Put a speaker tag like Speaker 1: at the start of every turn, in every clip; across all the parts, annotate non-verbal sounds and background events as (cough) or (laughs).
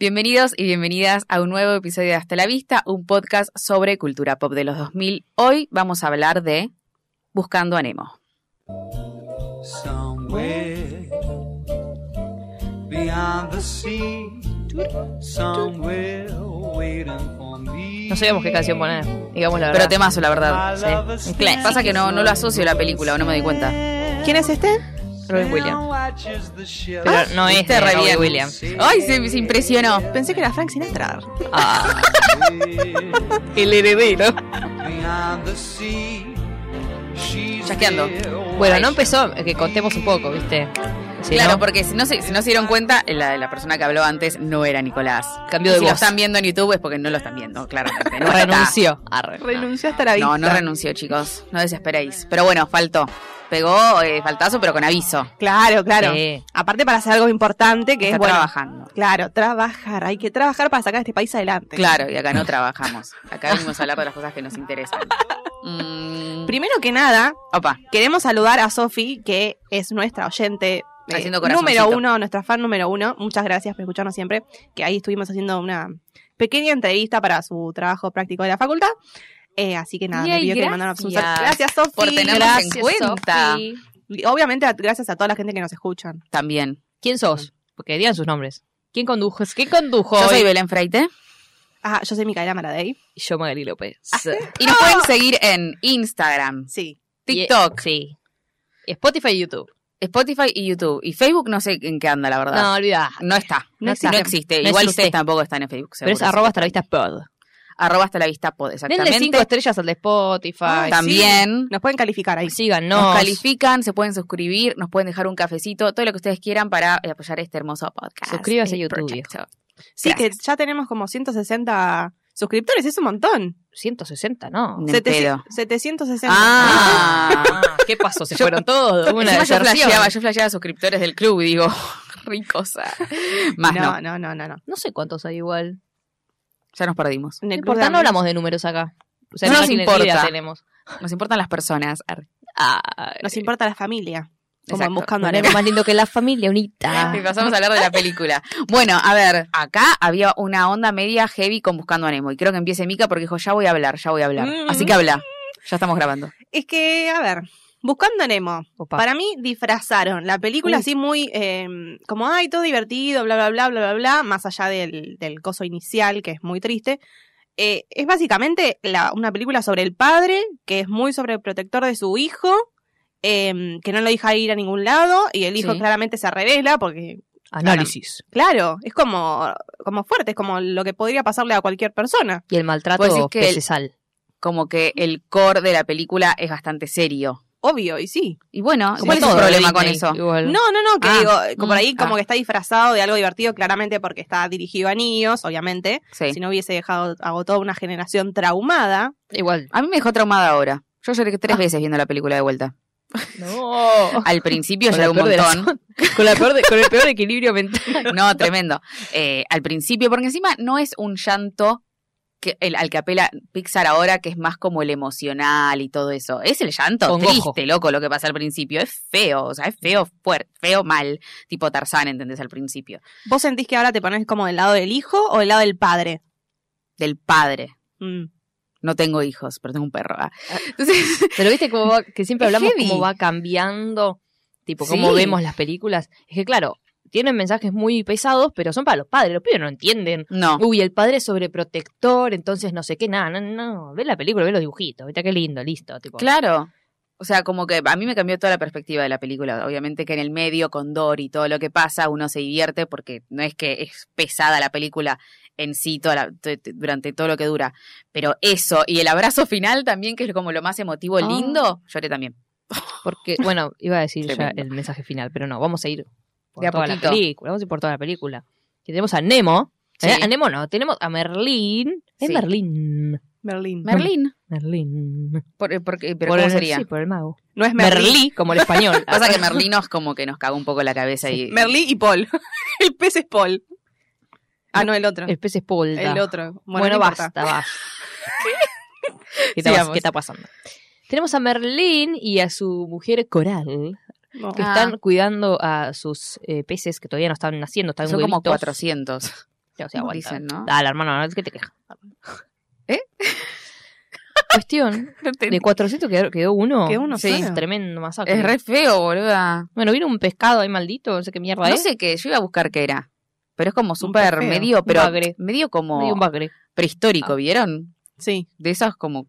Speaker 1: Bienvenidos y bienvenidas a un nuevo episodio de Hasta la Vista, un podcast sobre cultura pop de los 2000. Hoy vamos a hablar de Buscando a Nemo.
Speaker 2: Somewhere beyond the sea, somewhere waiting for me.
Speaker 3: No sabíamos qué canción poner, digamos la
Speaker 1: Pero
Speaker 3: verdad.
Speaker 1: temazo, la verdad.
Speaker 3: sí.
Speaker 2: Sí.
Speaker 3: Un clásico.
Speaker 1: Pasa que no, no lo asocio a la película o no me di cuenta.
Speaker 3: ¿Quién es este? Robin Williams.
Speaker 2: Williams. Pero
Speaker 3: Pero no es
Speaker 1: Viste,
Speaker 3: de
Speaker 1: re
Speaker 3: Robbie
Speaker 1: bien.
Speaker 3: Williams.
Speaker 1: Ay, se, se impresionó.
Speaker 4: Pensé que era Frank Sinatra.
Speaker 3: Ah, (laughs)
Speaker 1: El heredero.
Speaker 2: beyond the sea, she's
Speaker 1: Chasqueando.
Speaker 2: there
Speaker 3: bueno, no empezó, eh, que contemos un poco, ¿viste? Si
Speaker 1: claro,
Speaker 3: no,
Speaker 1: porque si no, se, si no se dieron cuenta, la, la persona que habló antes no era Nicolás.
Speaker 3: Cambió de
Speaker 1: si lo
Speaker 3: voz.
Speaker 1: están viendo en YouTube es porque no lo están viendo, claramente. No está.
Speaker 3: renunció. Ah, Arre.
Speaker 4: (laughs) Renunció hasta la vista.
Speaker 1: No, no renunció, chicos. No desesperéis. Pero bueno, faltó. Pegó eh, faltazo, pero con aviso.
Speaker 4: Claro, claro.
Speaker 3: Sí.
Speaker 4: Aparte para hacer algo importante que
Speaker 1: Está
Speaker 4: es bueno.
Speaker 1: trabajando.
Speaker 4: Claro, trabajar. Hay que trabajar para sacar este país adelante.
Speaker 1: Claro, y acá
Speaker 3: (laughs)
Speaker 1: no trabajamos. Acá venimos a hablar de las cosas que nos interesan. Mm,
Speaker 4: Primero que nada,
Speaker 1: opa,
Speaker 4: queremos saludar a Sofi, que es nuestra oyente. eh,
Speaker 1: Haciendo corazoncito.
Speaker 4: número uno, nuestra fan número uno. Muchas gracias por escucharnos siempre. Que ahí estuvimos haciendo una pequeña entrevista para su trabajo práctico de la facultad. Eh, así que nada, me
Speaker 1: Yay,
Speaker 4: pidió que le
Speaker 1: gracias.
Speaker 4: mandáramos un saludo. Gracias, Sofi.
Speaker 1: Por tenernos
Speaker 4: Gracias.
Speaker 1: en cuenta.
Speaker 4: Y Obviamente, a- gracias a toda la gente que nos escuchan.
Speaker 1: También.
Speaker 3: ¿Quién sos? Porque digan sus nombres. ¿Quién condujo? ¿Quién condujo?
Speaker 1: Yo soy
Speaker 3: hoy?
Speaker 1: Belén Freite.
Speaker 4: Ah, yo soy Micaela Maradei.
Speaker 3: Y yo Magali López.
Speaker 1: Y nos pueden seguir en Instagram,
Speaker 4: Sí.
Speaker 1: TikTok,
Speaker 3: Y- Sí. Spotify y YouTube.
Speaker 1: Spotify y YouTube. Y Facebook no sé en qué anda, la verdad.
Speaker 3: No, olvidá.
Speaker 1: No está.
Speaker 4: No existe.
Speaker 1: No existe.
Speaker 3: No
Speaker 1: Igual
Speaker 3: existe.
Speaker 1: ustedes tampoco están en Facebook.
Speaker 3: Pero es
Speaker 1: seguro.
Speaker 3: arroba hasta la vista pod.
Speaker 1: Arroba hasta la vista pod,
Speaker 3: Denle
Speaker 1: exactamente.
Speaker 3: cinco estrellas al de Spotify.
Speaker 4: Ay,
Speaker 1: También.
Speaker 4: Nos pueden calificar ahí.
Speaker 3: Síganos.
Speaker 1: Nos califican, se pueden suscribir, nos pueden dejar un cafecito, todo lo que ustedes quieran para eh, apoyar este hermoso podcast.
Speaker 3: Suscríbase a
Speaker 1: Eh,
Speaker 3: YouTube,
Speaker 1: proyecto.
Speaker 4: Sí,
Speaker 1: Gracias.
Speaker 4: que ya tenemos como 160 suscriptores, es un montón.
Speaker 3: 160, ¿no?
Speaker 1: Ni en
Speaker 4: Sete-
Speaker 1: pedo.
Speaker 4: 760.
Speaker 1: Ah.
Speaker 3: Ah, ¿Qué pasó? ¿Se fueron todos? Hubo Una
Speaker 1: Encima yo
Speaker 3: deserción.
Speaker 1: flasheaba, yo flasheaba suscriptores del club y digo, (laughs) ricosa. Más no.
Speaker 4: no, no, no, no, no.
Speaker 3: No sé cuántos hay igual.
Speaker 1: ya nos perdimos.
Speaker 4: En
Speaker 3: No
Speaker 4: el
Speaker 3: importa, no
Speaker 4: club de amigos.
Speaker 3: hablamos de números acá. O sea,
Speaker 1: No
Speaker 3: no
Speaker 1: nos
Speaker 3: nos
Speaker 1: importa.
Speaker 3: tenemos.
Speaker 1: Nos importan las personas. Ar-
Speaker 3: Ay,
Speaker 4: Nos importa la familia. Como
Speaker 1: Exacto.
Speaker 4: en buscando a
Speaker 3: poner
Speaker 4: Nemo.
Speaker 3: más lindo que la
Speaker 1: (laughs)
Speaker 3: familia, unita.
Speaker 1: Y pasamos a hablar de la película. Bueno, a ver, acá había una onda media heavy con Buscando a Nemo. Y creo que empiece Mika porque dijo, ya voy a hablar, ya voy a hablar.
Speaker 4: Mm.
Speaker 1: Así que habla. Ya estamos grabando.
Speaker 4: Es que, a ver, buscando a Nemo.
Speaker 3: Opa.
Speaker 4: Para mí disfrazaron la película
Speaker 3: Uy.
Speaker 4: así muy eh, como, ay, todo divertido, bla, bla, bla, bla, bla, bla, más allá del, del coso inicial, que es muy triste. Eh, es básicamente la- una película sobre el padre, que es muy sobreprotector de su hijo, eh, que no lo deja ir a ningún lado, y el hijo
Speaker 1: Sí.
Speaker 4: claramente se revela porque,
Speaker 3: Análisis.
Speaker 4: claro, es como, como fuerte, es como lo que podría pasarle a cualquier persona.
Speaker 3: Y el
Speaker 1: Vos decís
Speaker 3: maltrato
Speaker 1: que el-
Speaker 3: procesal.
Speaker 1: Como que el core de la película es bastante serio.
Speaker 4: Obvio, y sí.
Speaker 1: Y bueno,
Speaker 3: Como
Speaker 1: Ah, ¿cuál es el
Speaker 3: todo de
Speaker 1: problema con
Speaker 3: Disney,
Speaker 1: eso?
Speaker 3: igual.
Speaker 4: No, no, no, que
Speaker 1: Ah,
Speaker 4: digo, eh, como por ahí
Speaker 1: mm,
Speaker 4: como
Speaker 1: ah.
Speaker 4: que está disfrazado de algo divertido, claramente porque está dirigido a niños, obviamente.
Speaker 1: Sí.
Speaker 4: Si no hubiese dejado agotado una generación traumada.
Speaker 3: Igual.
Speaker 1: A mí me dejó traumada ahora. Yo lloré tres veces viendo la película de vuelta.
Speaker 3: No.
Speaker 1: (laughs) Al principio
Speaker 3: Oh. Con la
Speaker 1: lloré un
Speaker 3: peor de las-
Speaker 1: montón.
Speaker 3: con, la peor de- con el peor equilibrio mental.
Speaker 1: (laughs) No, tremendo. Eh, al principio, porque encima no es un llanto que el, al que apela Pixar ahora, que es más como el emocional y todo eso. Es el llanto
Speaker 3: Congojo.
Speaker 1: triste, loco, lo que pasa al principio. Es feo, o sea, es feo fuerte, feo mal. Tipo Tarzán, ¿entendés? Al principio.
Speaker 4: ¿Vos sentís que ahora te pones como del lado del hijo o del lado del padre?
Speaker 1: Del padre.
Speaker 4: Mm.
Speaker 1: No tengo hijos, pero tengo un perro. ah. Entonces,
Speaker 3: Pero viste cómo va- que siempre
Speaker 1: Es
Speaker 3: hablamos
Speaker 1: heavy.
Speaker 3: cómo va cambiando, tipo, cómo
Speaker 1: Sí.
Speaker 3: vemos las películas. Es que claro, tienen mensajes muy pesados, pero son para los padres. Los pibes (laughs) no entienden.
Speaker 1: no.
Speaker 3: Uy, el padre es sobreprotector, entonces no sé qué, nada, no, no, ve la película, ve los dibujitos, viste qué lindo, listo, tipo.
Speaker 1: Claro. O sea, como que a mí me cambió toda la perspectiva de la película. Obviamente que en el medio, con Dory y todo lo que pasa, uno se divierte porque no es que es pesada la película en sí toda la- t- t- durante todo lo que dura. Pero eso, y el abrazo final también, que es como lo más emotivo,
Speaker 4: Ah.
Speaker 1: lindo, lloré también.
Speaker 3: Porque, bueno, iba a decir ya
Speaker 1: Tremendo.
Speaker 3: el mensaje final, pero no, vamos a ir por
Speaker 1: De a
Speaker 3: toda
Speaker 1: poquito.
Speaker 3: la película, vamos a ir por toda la película. Que tenemos a Nemo,
Speaker 1: Sí.
Speaker 3: eh, a Nemo no, tenemos a Merlín, es
Speaker 1: Sí.
Speaker 3: Merlín,
Speaker 4: Merlín.
Speaker 1: Merlín.
Speaker 3: Merlín.
Speaker 1: (laughs) Por, porque- pero
Speaker 3: Por
Speaker 1: ¿cómo
Speaker 3: el-
Speaker 1: sería?
Speaker 3: Sí, por el mago.
Speaker 4: no es Merlín.
Speaker 3: Merlí, como el español.
Speaker 1: (laughs) Pasa
Speaker 3: (laughs)
Speaker 1: que Merlín nos como que nos cagó un poco la cabeza y...
Speaker 4: Merlín y Paul. (laughs) el pez es Paul. Ah, no, el otro.
Speaker 3: el pez es polda.
Speaker 4: El otro.
Speaker 3: Bueno,
Speaker 4: Bueno, no
Speaker 3: basta,
Speaker 1: (laughs)
Speaker 4: importa.
Speaker 3: basta. ¿Qué, está,
Speaker 1: Sigamos.
Speaker 3: pas- qué está pasando? Tenemos a Merlín y a su mujer Coral,
Speaker 4: No.
Speaker 3: que
Speaker 1: Ah.
Speaker 3: están cuidando a sus eh, peces que todavía no están naciendo, están
Speaker 1: Son como (laughs)
Speaker 3: huevitos.
Speaker 1: 400.
Speaker 3: O sea, aguanta.
Speaker 1: Dicen, ¿no?
Speaker 3: Dale, hermano, Ah, no es que te quejas.
Speaker 1: ¿Eh?
Speaker 3: (laughs) Cuestión.
Speaker 1: No te-
Speaker 3: (laughs) De 400 quedó, quedó uno.
Speaker 4: Quedó uno
Speaker 3: Sí,
Speaker 4: solo.
Speaker 3: tremendo masacre.
Speaker 1: Es re feo, boluda.
Speaker 3: Bueno, vino un pescado ahí maldito, no sé qué mierda
Speaker 1: No
Speaker 3: es.
Speaker 1: sé qué, yo iba a buscar qué era. Pero es como súper
Speaker 4: trofeo,
Speaker 1: medio, pero
Speaker 3: bagre.
Speaker 1: medio
Speaker 3: Hay un
Speaker 1: como
Speaker 3: bagre. Ah.
Speaker 1: prehistórico, ¿vieron?
Speaker 4: Sí.
Speaker 1: De esas como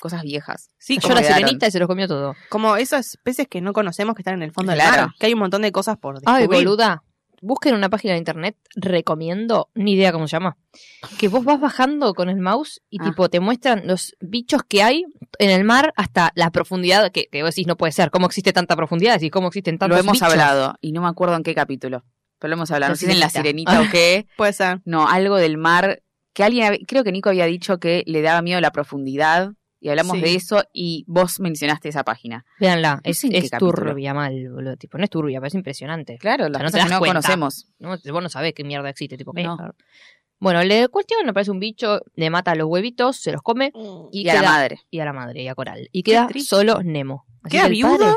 Speaker 1: cosas viejas.
Speaker 4: Sí,
Speaker 1: Yo
Speaker 3: Cayó
Speaker 4: como,
Speaker 3: la
Speaker 1: quedaron?
Speaker 3: sirenita y se los comió todo.
Speaker 4: como esas peces que no conocemos que están en el fondo del
Speaker 1: Claro.
Speaker 4: mar. Que hay un montón de cosas por
Speaker 3: Ay,
Speaker 4: descubrir.
Speaker 3: boluda. Busquen una página de internet, recomiendo, ni idea cómo se llama. Que vos vas bajando con el mouse y
Speaker 1: Ah.
Speaker 3: tipo te muestran los bichos que hay en el mar hasta la profundidad que, que vos decís no puede ser. ¿Cómo existe tanta profundidad? Decís, ¿cómo existen tantos
Speaker 1: lo hemos
Speaker 3: bichos?
Speaker 1: hablado y no me acuerdo en qué capítulo. Pero lo hemos hablado,
Speaker 3: La
Speaker 1: no sé si en la
Speaker 3: sirenita. (laughs)
Speaker 1: sirenita o qué.
Speaker 4: Puede ser.
Speaker 1: No, algo del mar. Que alguien, hab- creo que Nico había dicho que le daba miedo la profundidad y hablamos
Speaker 4: Sí.
Speaker 1: de eso y vos mencionaste esa página.
Speaker 3: Véanla,
Speaker 1: No
Speaker 3: es,
Speaker 1: sé en qué
Speaker 3: es
Speaker 1: capítulo.
Speaker 3: turbia mal, boludo. Tipo, no es turbia, pero es impresionante.
Speaker 1: Claro,
Speaker 3: sea,
Speaker 1: las
Speaker 3: no te
Speaker 1: cosas que
Speaker 3: das
Speaker 1: no
Speaker 3: cuenta.
Speaker 1: conocemos.
Speaker 3: No, vos no sabés qué mierda existe, tipo, ¿qué?
Speaker 1: No.
Speaker 3: Bueno, le cuestión, aparece un bicho, le mata los huevitos, se los come
Speaker 1: Y,
Speaker 3: y,
Speaker 1: a
Speaker 3: queda,
Speaker 1: la madre.
Speaker 3: y a la madre y a Coral. Y
Speaker 4: Qué
Speaker 3: queda
Speaker 4: triste.
Speaker 3: solo Nemo. Así
Speaker 4: Queda
Speaker 3: que el
Speaker 4: viudo
Speaker 3: padre-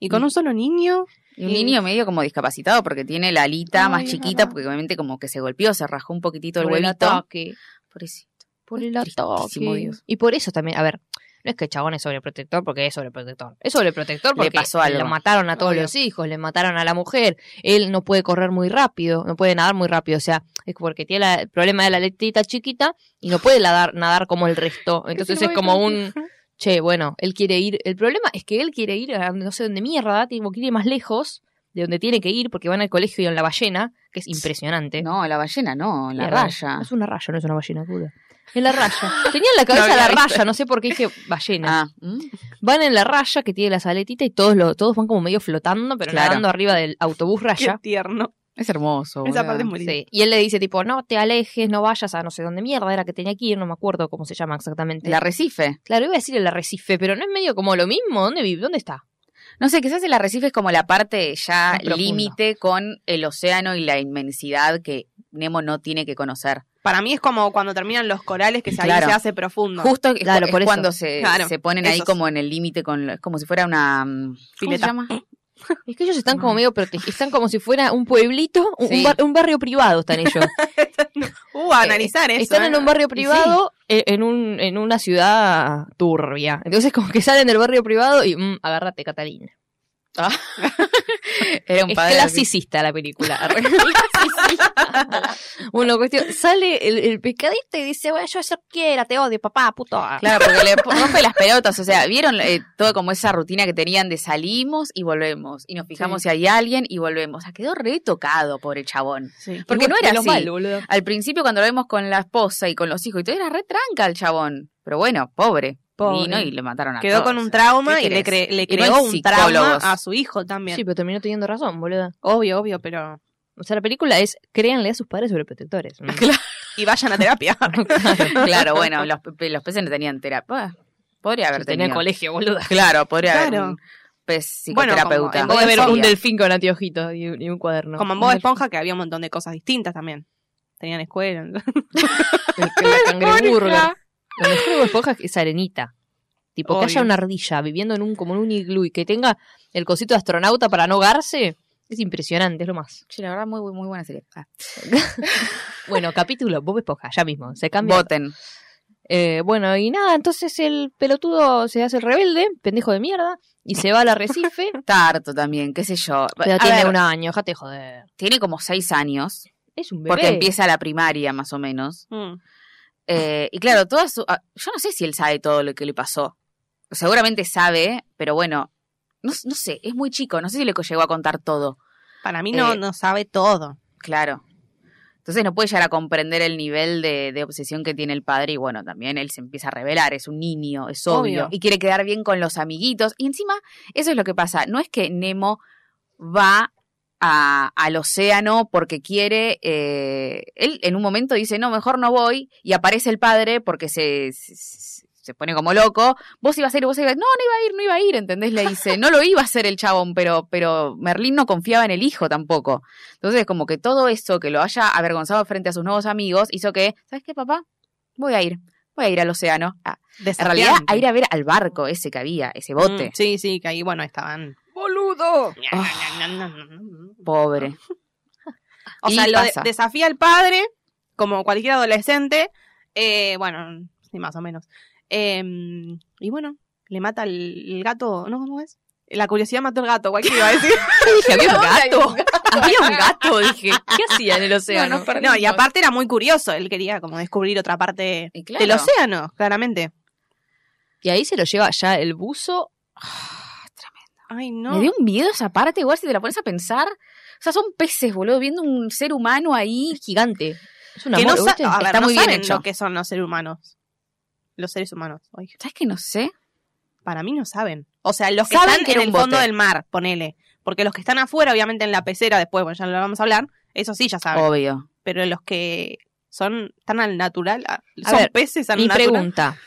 Speaker 4: Y con un solo niño.
Speaker 1: Y un
Speaker 4: Y-
Speaker 1: niño medio como discapacitado porque tiene la alita
Speaker 4: Ay,
Speaker 1: más
Speaker 4: es
Speaker 1: chiquita
Speaker 4: verdad.
Speaker 1: porque obviamente como que se golpeó, se rajó un poquitito el
Speaker 3: por el
Speaker 1: huevito.
Speaker 3: ataque.
Speaker 1: Pobrecito.
Speaker 3: Por el
Speaker 1: Tristísimo,
Speaker 3: ataque.
Speaker 1: Dios.
Speaker 3: Y por eso también, a ver, no es que el chabón es sobreprotector porque es sobreprotector. Es sobreprotector
Speaker 1: Le
Speaker 3: porque
Speaker 1: pasó algo.
Speaker 3: lo mataron a todos
Speaker 4: Obvio.
Speaker 3: los hijos, le mataron a la mujer, él no puede correr muy rápido, no puede nadar muy rápido, o sea, es porque tiene la- el problema de la letita chiquita y no puede nadar, nadar como el resto. Entonces es como un, che, bueno, él quiere ir, el problema es que él quiere ir a no sé dónde mierda, tipo, quiere ir más lejos de donde tiene que ir porque van al colegio y en la ballena, que es impresionante.
Speaker 1: No, la ballena no, la
Speaker 3: Mierda.
Speaker 1: raya.
Speaker 3: Es una raya, no es una ballena cruda. En la raya. (laughs) Tenía en la cabeza
Speaker 1: No
Speaker 3: la
Speaker 1: había visto.
Speaker 3: raya, no sé por qué dije ballena.
Speaker 1: Ah, ¿mm?
Speaker 3: Van en la raya que tiene las aletitas y todos lo, todos van como medio flotando, pero
Speaker 1: Claro.
Speaker 3: nadando arriba del autobús
Speaker 4: Qué
Speaker 3: raya.
Speaker 4: tierno.
Speaker 1: es hermoso.
Speaker 4: Esa
Speaker 1: boluda.
Speaker 4: parte es muy linda.
Speaker 3: Sí. Y él le dice tipo, no te alejes, no vayas a no sé dónde mierda era que tenía que ir, no me acuerdo cómo se llama exactamente.
Speaker 1: El arrecife.
Speaker 3: Claro, iba a decir el arrecife, pero no es medio como lo mismo. ¿Dónde vive? ¿Dónde está?
Speaker 1: No sé, quizás el arrecife es como la parte ya
Speaker 3: Más profundo.
Speaker 1: límite con el océano y la inmensidad que Nemo no tiene que conocer.
Speaker 4: Para mí es como cuando terminan los corales que se, ahí
Speaker 1: Claro.
Speaker 4: se hace profundo.
Speaker 1: Justo es,
Speaker 3: Claro,
Speaker 1: es
Speaker 3: por eso.
Speaker 1: cuando se,
Speaker 4: Claro,
Speaker 1: se ponen ahí
Speaker 4: esos.
Speaker 1: como en el límite con lo- es como si fuera una mm, ¿cómo se
Speaker 4: Pileta.
Speaker 1: llama?
Speaker 3: Es que ellos están como
Speaker 1: Mal.
Speaker 3: medio protegidos. Están como si fuera un pueblito, un,
Speaker 1: Sí.
Speaker 3: un bar- un barrio privado están ellos.
Speaker 4: Uh, a analizar eso.
Speaker 3: Están en
Speaker 4: ¿eh?
Speaker 3: un barrio privado, eh, en, un, en una ciudad turbia. Entonces, como que salen del barrio privado y mm, agárrate, Catalina.
Speaker 1: (laughs) Era un
Speaker 3: Es
Speaker 1: padre.
Speaker 3: clasicista la película. (laughs) Arre. Clasicista. bueno, cuestión. Sale el, el pescadito y dice: Bueno, yo eso quiera, te odio, papá, puto.
Speaker 1: (laughs) Claro, porque le rompe las pelotas. O sea, ¿vieron eh, todo como esa rutina que tenían de salimos y volvemos? Y nos fijamos si hay alguien y volvemos. O sea, quedó retocado, pobre chabón.
Speaker 4: Sí.
Speaker 1: Porque no era
Speaker 3: lo
Speaker 1: así.
Speaker 3: mal, boludo.
Speaker 1: Al principio, cuando lo vemos con la esposa y con los hijos, y todo era re tranca el chabón. Pero bueno, pobre.
Speaker 4: Pobre.
Speaker 1: Vino y le mataron a
Speaker 4: Quedó
Speaker 1: todos.
Speaker 4: con un trauma
Speaker 1: ¿Qué
Speaker 4: y le,
Speaker 1: querés?
Speaker 4: cre- le
Speaker 1: Y no
Speaker 4: creó
Speaker 1: hay
Speaker 4: un trauma
Speaker 1: psicólogos.
Speaker 4: a su hijo también.
Speaker 3: Sí, pero terminó teniendo razón, boludo.
Speaker 4: Obvio, obvio, pero.
Speaker 3: O sea, la película es: créanle a sus padres sobreprotectores. Mm.
Speaker 4: Y vayan a (laughs) terapia.
Speaker 1: Claro, bueno, los, pe- los peces no tenían terapia. Podría haber
Speaker 3: Si
Speaker 1: tenido.
Speaker 3: Tenía colegio, boludo.
Speaker 1: Claro, podría haber
Speaker 4: Claro.
Speaker 1: un pez
Speaker 4: Bueno, como
Speaker 1: psicoterapeuta.
Speaker 4: en
Speaker 3: Voy a ver un
Speaker 4: Obvio.
Speaker 3: delfín con anteojitos y, un- y un cuaderno.
Speaker 4: Como en Bob Esponja, que había un montón de cosas distintas también. Tenían escuela. (laughs)
Speaker 3: El que la cangreburger. Lo mejor de Bob Esponja es arenita. Tipo, que
Speaker 4: Obvio.
Speaker 3: haya una ardilla viviendo en un, como en un iglú y que tenga el cosito de astronauta para no ahogarse, es impresionante, es lo más.
Speaker 1: Che, la verdad, muy, muy, muy buena serie. Ah,
Speaker 3: Bueno, capítulo, Bob Esponja, ya mismo, se cambia.
Speaker 1: Voten.
Speaker 3: Eh, bueno, y nada, entonces el pelotudo se hace el rebelde, pendejo de mierda, y se va al arrecife,
Speaker 1: (laughs) Tarto también, qué sé yo.
Speaker 3: pero
Speaker 1: A
Speaker 3: tiene
Speaker 1: ver,
Speaker 3: un año, déjate joder.
Speaker 1: tiene como seis años,
Speaker 3: Es un bebé.
Speaker 1: porque empieza la primaria más o menos.
Speaker 4: Mm.
Speaker 1: Eh, y claro, toda su, ah, yo no sé si él sabe todo lo que le pasó. Seguramente sabe, pero bueno, no, s- no sé, es muy chico, no sé si le co- llegó a contar todo.
Speaker 4: Para mí no,
Speaker 1: Eh,
Speaker 4: no sabe todo.
Speaker 1: Claro. Entonces no puede llegar a comprender el nivel de, de obsesión que tiene el padre y bueno, también él se empieza a revelar, es un niño, es obvio,
Speaker 4: Obvio.
Speaker 1: y quiere quedar bien con los amiguitos. Y encima, eso es lo que pasa, no es que Nemo va a- al océano porque quiere, eh, él en un momento dice, no, mejor no voy, y aparece el padre porque se, se, se pone como loco, vos ibas a ir, vos ibas a ir, no, no iba a ir, no iba a ir, ¿entendés? Le dice, no lo iba a hacer el chabón, pero, pero Merlín no confiaba en el hijo tampoco. Entonces, como que todo eso que lo haya avergonzado frente a sus nuevos amigos hizo que, ¿sabes qué, papá? Voy a ir. Voy a ir al océano. Ah, en realidad, a ir a ver al barco ese que había, ese bote.
Speaker 4: Mm, sí, sí, que ahí, bueno, estaban.
Speaker 3: ¡Boludo!
Speaker 1: Pobre.
Speaker 4: O
Speaker 1: Y (laughs)
Speaker 4: sea, lo de-
Speaker 1: pasa.
Speaker 4: desafía al padre como cualquier adolescente, eh, bueno, sí, más o menos. Eh, y bueno, le mata el, el gato, ¿no? ¿Cómo es? La curiosidad mató al gato, cualquiera iba a (laughs) decir.
Speaker 1: Dije, había un
Speaker 3: Había
Speaker 1: gato.
Speaker 3: un
Speaker 1: Había un gato, dije. ¿Qué hacía en el océano?
Speaker 3: No, no,
Speaker 4: no, y aparte era muy curioso, él quería como descubrir otra parte
Speaker 1: (laughs) Y claro.
Speaker 4: del océano, claramente.
Speaker 3: Y ahí se lo lleva ya el buzo.
Speaker 4: Ay,
Speaker 1: Me
Speaker 4: no.
Speaker 1: dio un miedo esa parte, igual si te la pones a pensar. O sea, son peces, boludo, viendo un ser humano ahí.
Speaker 3: Es gigante. Es una
Speaker 4: Que no
Speaker 3: mole,
Speaker 4: sa-
Speaker 3: ¿viste?
Speaker 4: a ver,
Speaker 3: Está
Speaker 4: no
Speaker 3: muy bien
Speaker 4: saben
Speaker 3: hecho.
Speaker 4: lo que son los seres humanos. Los seres humanos. Ay,
Speaker 1: ¿Sabes que no sé?
Speaker 4: para mí no saben. O sea, los que
Speaker 1: Saben
Speaker 4: están
Speaker 1: que
Speaker 4: en
Speaker 1: era
Speaker 4: el
Speaker 1: un bote.
Speaker 4: fondo del mar, ponele. Porque los que están afuera, obviamente en la pecera después, bueno, ya lo vamos a hablar, eso sí ya saben.
Speaker 1: Obvio.
Speaker 4: Pero los que son tan al natural, a-
Speaker 3: A
Speaker 4: son
Speaker 3: ver,
Speaker 4: peces al
Speaker 3: Mi
Speaker 4: natural.
Speaker 3: pregunta.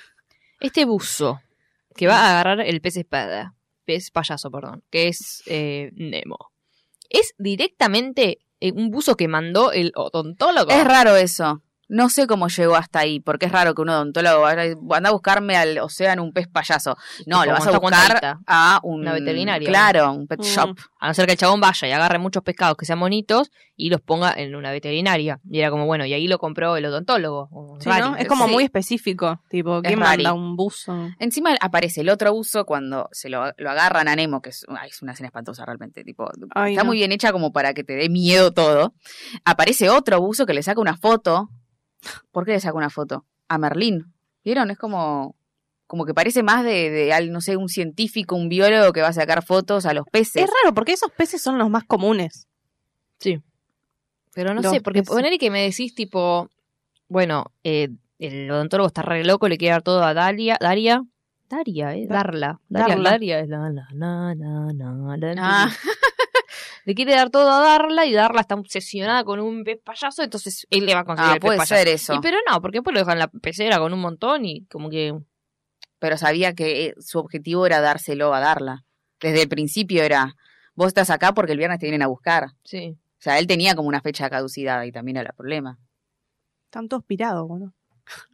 Speaker 3: Este buzo que va a agarrar el pez espada, pez payaso, perdón, que es eh, Nemo, ¿es directamente eh, un buzo que mandó el odontólogo?
Speaker 1: Es raro eso. No sé cómo llegó hasta ahí, porque es raro que un odontólogo vaya- anda a buscarme al océano un pez payaso. No,
Speaker 3: Tipo,
Speaker 1: lo vas a
Speaker 3: ¿cuánto cuesta
Speaker 1: buscar
Speaker 3: guita?
Speaker 1: a un,
Speaker 3: Una veterinaria.
Speaker 1: Claro, un pet
Speaker 4: Mm.
Speaker 1: shop.
Speaker 3: A no ser que el chabón vaya y agarre muchos pescados que sean bonitos y los ponga en una veterinaria. Y era como, bueno, y ahí lo compró el odontólogo. o
Speaker 4: Sí, ¿no?
Speaker 3: raro.
Speaker 4: Es como
Speaker 1: sí.
Speaker 4: muy específico. Tipo, ¿quién
Speaker 1: rari.
Speaker 4: manda un buzo?
Speaker 1: Encima aparece el otro buzo cuando se lo, lo agarran a Nemo, que es, ay, es una escena espantosa realmente. Tipo,
Speaker 4: Ay,
Speaker 1: está
Speaker 4: no.
Speaker 1: muy bien hecha como para que te dé miedo todo. Aparece otro buzo que le saca una foto. ¿Por qué le saca una foto? A Merlín. ¿Vieron? Es como, como que parece más de, de al- no sé, un científico, un biólogo que va a sacar fotos a los peces.
Speaker 4: Es raro, porque esos peces son los más comunes.
Speaker 3: Pero no
Speaker 4: Los
Speaker 3: sé, porque
Speaker 4: peces.
Speaker 3: poner que me decís, tipo, bueno, eh, el odontólogo está re loco, le quiere dar todo a Dalia. Daria. Daria, eh.
Speaker 4: Da-
Speaker 3: Darla. Daria,
Speaker 4: Darla.
Speaker 3: Daria es la, la, la, la, la, la,
Speaker 1: Ah.
Speaker 3: (laughs) Le quiere dar todo a Darla y Darla está obsesionada con un pez payaso, entonces él le va a conseguir
Speaker 1: Ah,
Speaker 3: el pez
Speaker 1: puede
Speaker 3: payaso.
Speaker 1: ser eso.
Speaker 3: Y pero no, porque después lo dejan en la pecera con un montón y como que
Speaker 1: pero sabía que eh, su objetivo era dárselo a darla. Desde el principio era, vos estás acá porque el viernes te vienen a buscar.
Speaker 3: sí.
Speaker 1: O sea, él tenía como una fecha de caducidad y también era el problema.
Speaker 4: Están todos
Speaker 1: (laughs)
Speaker 4: pirados, boludo.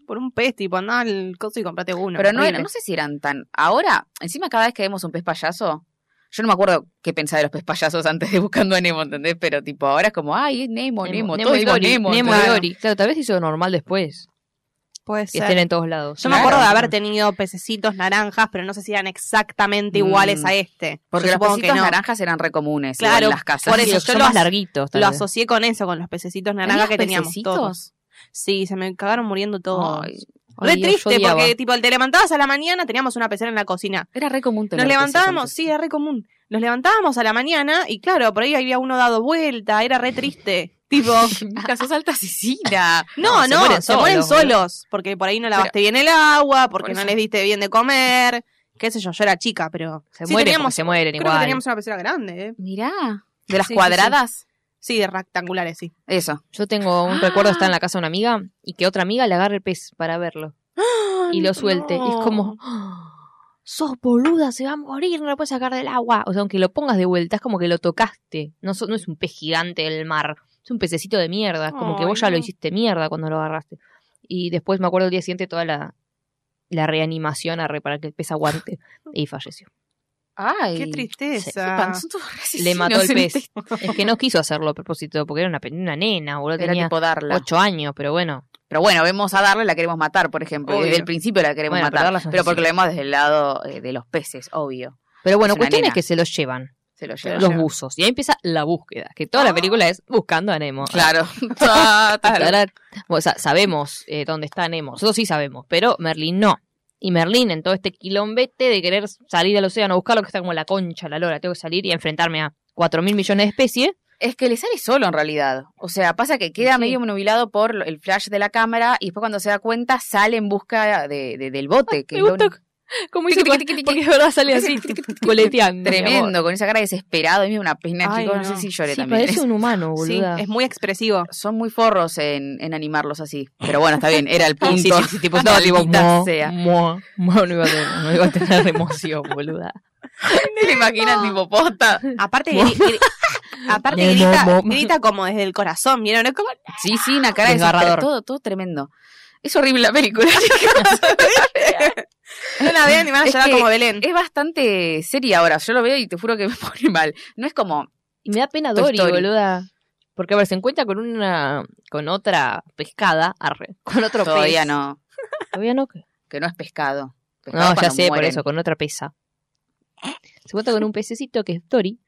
Speaker 4: Por un pez, tipo, andá al coso y comprate uno.
Speaker 1: Pero no, era-
Speaker 4: horrible.
Speaker 1: no sé si eran tan. Ahora, encima cada vez que vemos un pez payaso, yo no me acuerdo qué pensaba de los pez payasos antes de buscando a Nemo, ¿entendés? Pero tipo, ahora es como, ay, es Nemo, Nemo, todo
Speaker 3: y
Speaker 1: digo
Speaker 3: Dory,
Speaker 1: Nemo.
Speaker 3: Nemo y
Speaker 1: ¿entendés?
Speaker 3: Dory. Claro, tal vez hizo normal después.
Speaker 4: Puede
Speaker 3: Que
Speaker 4: ser.
Speaker 3: estén en todos lados.
Speaker 4: Yo me
Speaker 1: Claro.
Speaker 4: acuerdo de haber tenido pececitos naranjas, pero no sé si eran exactamente iguales
Speaker 1: Mm.
Speaker 4: a este.
Speaker 1: Porque
Speaker 4: Yo
Speaker 1: los
Speaker 4: supongo
Speaker 1: pecitos
Speaker 4: que no.
Speaker 1: naranjas eran re comunes
Speaker 4: Claro,
Speaker 1: igual en las casas.
Speaker 4: por eso yo
Speaker 3: son
Speaker 4: lo
Speaker 3: más
Speaker 4: as-
Speaker 3: larguitos. tal
Speaker 4: Lo
Speaker 3: vez.
Speaker 4: asocié con eso, con los pececitos naranjas
Speaker 1: ¿Tenías
Speaker 4: que teníamos
Speaker 1: pececitos?
Speaker 4: todos. Sí, se me cagaron muriendo todos.
Speaker 1: Ay,
Speaker 4: Re
Speaker 3: Ay, Dios, yo
Speaker 4: triste,
Speaker 3: odiaba.
Speaker 4: porque tipo, te levantabas a la mañana, teníamos una pecera en la cocina.
Speaker 1: era re común tener
Speaker 4: Nos
Speaker 1: peces
Speaker 4: levantábamos,
Speaker 1: antes.
Speaker 4: sí, era re común. Nos levantábamos a la mañana y claro, por ahí había uno dado vuelta, era re
Speaker 1: (laughs)
Speaker 4: triste. Tipo,
Speaker 1: Mica, sos alta asesina.
Speaker 3: No,
Speaker 4: no,
Speaker 3: se
Speaker 4: no,
Speaker 3: mueren
Speaker 4: se ponen
Speaker 3: solos,
Speaker 4: solos, porque por ahí no lavaste bien el agua, porque
Speaker 1: Por
Speaker 4: no
Speaker 1: eso.
Speaker 4: les diste bien de comer, qué sé yo, yo era chica, pero
Speaker 3: Se mueren,
Speaker 4: sí
Speaker 3: porque
Speaker 4: teníamos-
Speaker 3: se mueren
Speaker 4: creo
Speaker 3: igual.
Speaker 4: que teníamos una pecera grande, ¿eh?
Speaker 1: Mirá. De las
Speaker 4: Sí, sí, sí.
Speaker 1: cuadradas.
Speaker 4: Sí, de rectangulares, sí. Ah.
Speaker 1: Eso.
Speaker 3: Yo tengo un recuerdo, está en la casa de una amiga y que otra amiga le agarre el pez para verlo y lo suelte. Y es como, "Ah, sos boluda, se va a morir, no lo puedes sacar del agua. O sea, aunque lo pongas de vuelta, es como que lo tocaste. No, so- no es un pez gigante del mar, es un pececito de mierda. Es como que
Speaker 4: Ay,
Speaker 3: vos ya lo
Speaker 4: no.
Speaker 3: hiciste mierda cuando lo agarraste. Y después me acuerdo el día siguiente toda la, la reanimación a reparar que el pez
Speaker 4: (laughs)
Speaker 3: aguante y falleció.
Speaker 1: Ay.
Speaker 4: Qué tristeza.
Speaker 1: Sepan, son todos re
Speaker 3: Le mató el
Speaker 1: asesinos,
Speaker 3: pez. Es que no quiso hacerlo a propósito porque era una, pe- una nena, boludo.
Speaker 1: Era
Speaker 3: Tenía
Speaker 1: tipo darla.
Speaker 3: ocho años, pero bueno.
Speaker 1: Pero bueno, vemos a darle la queremos matar, por ejemplo.
Speaker 4: Obvio.
Speaker 1: Desde el principio la queremos
Speaker 3: Bueno, pero
Speaker 1: matar.
Speaker 3: Darla es
Speaker 1: Pero,
Speaker 3: asesina.
Speaker 1: porque lo vemos desde el lado eh, de los peces, obvio.
Speaker 3: Pero bueno,
Speaker 1: Es una
Speaker 3: cuestión
Speaker 1: nena.
Speaker 3: es que se los llevan,
Speaker 1: Se lo
Speaker 4: Se lo
Speaker 1: lleva.
Speaker 3: los
Speaker 4: llevan.
Speaker 3: buzos. Y ahí empieza la búsqueda, que toda la película es buscando a Nemo. (laughs) Ah,
Speaker 1: Claro. (laughs)
Speaker 3: Ahora, o sea, sabemos eh, dónde está Nemo, nosotros sí sabemos, pero Merlín no. Y Merlín en todo este quilombete de querer salir al océano a buscarlo, que está como la concha, la lora, tengo que salir y enfrentarme a cuatro mil millones de especies.
Speaker 1: es que le sale solo en realidad. O sea, pasa que queda
Speaker 3: Sí.
Speaker 1: medio nubilado por lo- el flash de la cámara y después cuando se da cuenta sale en busca de, de- del bote. Que
Speaker 3: Ah, Me
Speaker 1: es lo
Speaker 3: gusta
Speaker 1: único-
Speaker 3: como hizo con- porque de verdad sale (laughs) así, coleteando. mi amor.
Speaker 1: Tremendo, con esa cara desesperada. A mí me da una pena,
Speaker 4: Ay,
Speaker 1: chicos. No.
Speaker 4: no.
Speaker 1: sé si lloré
Speaker 3: Sí,
Speaker 1: también. (laughs)
Speaker 3: parece un humano,
Speaker 4: Sí,
Speaker 3: boluda.
Speaker 4: es muy expresivo.
Speaker 1: Son muy forros en, en animarlos así. Pero bueno, está bien, era el punto.
Speaker 3: (laughs) Sí, sí, sí,
Speaker 1: (laughs)
Speaker 3: tipo, no, tipo,
Speaker 1: Maldita
Speaker 3: mo,
Speaker 1: sea.
Speaker 3: mo, mo, no iba a tener, no iba a tener (laughs) emoción, boluda.
Speaker 1: ¿Te lo imaginas, tipo, posta?
Speaker 4: Aparte, gri- gri- aparte
Speaker 3: Nemo,
Speaker 4: grita,
Speaker 3: mo.
Speaker 4: grita como desde el corazón, ¿vieron? Es como,
Speaker 1: Sí, sí, una cara de
Speaker 3: Desgarrador.
Speaker 1: desesper- todo, todo tremendo. Es horrible la
Speaker 3: (laughs)
Speaker 1: película.
Speaker 4: no la vean y van a
Speaker 1: Es
Speaker 4: llorar
Speaker 1: que-
Speaker 4: como Belén.
Speaker 1: es bastante seria ahora. Yo lo veo y te juro que me pone mal. No es como
Speaker 3: Y me da pena
Speaker 1: Toy
Speaker 3: Dory,
Speaker 1: Story.
Speaker 3: boluda. Porque, a ver, se encuentra con una, con otra pescada, arre, con otro
Speaker 1: Todavía
Speaker 3: pez.
Speaker 1: no.
Speaker 3: Todavía no.
Speaker 1: Que no es pescado. Pescado
Speaker 3: No, ya
Speaker 1: cuando
Speaker 3: sé, por
Speaker 1: mueren.
Speaker 3: eso, con otra pesa. Se cuenta con un pececito que es Dory.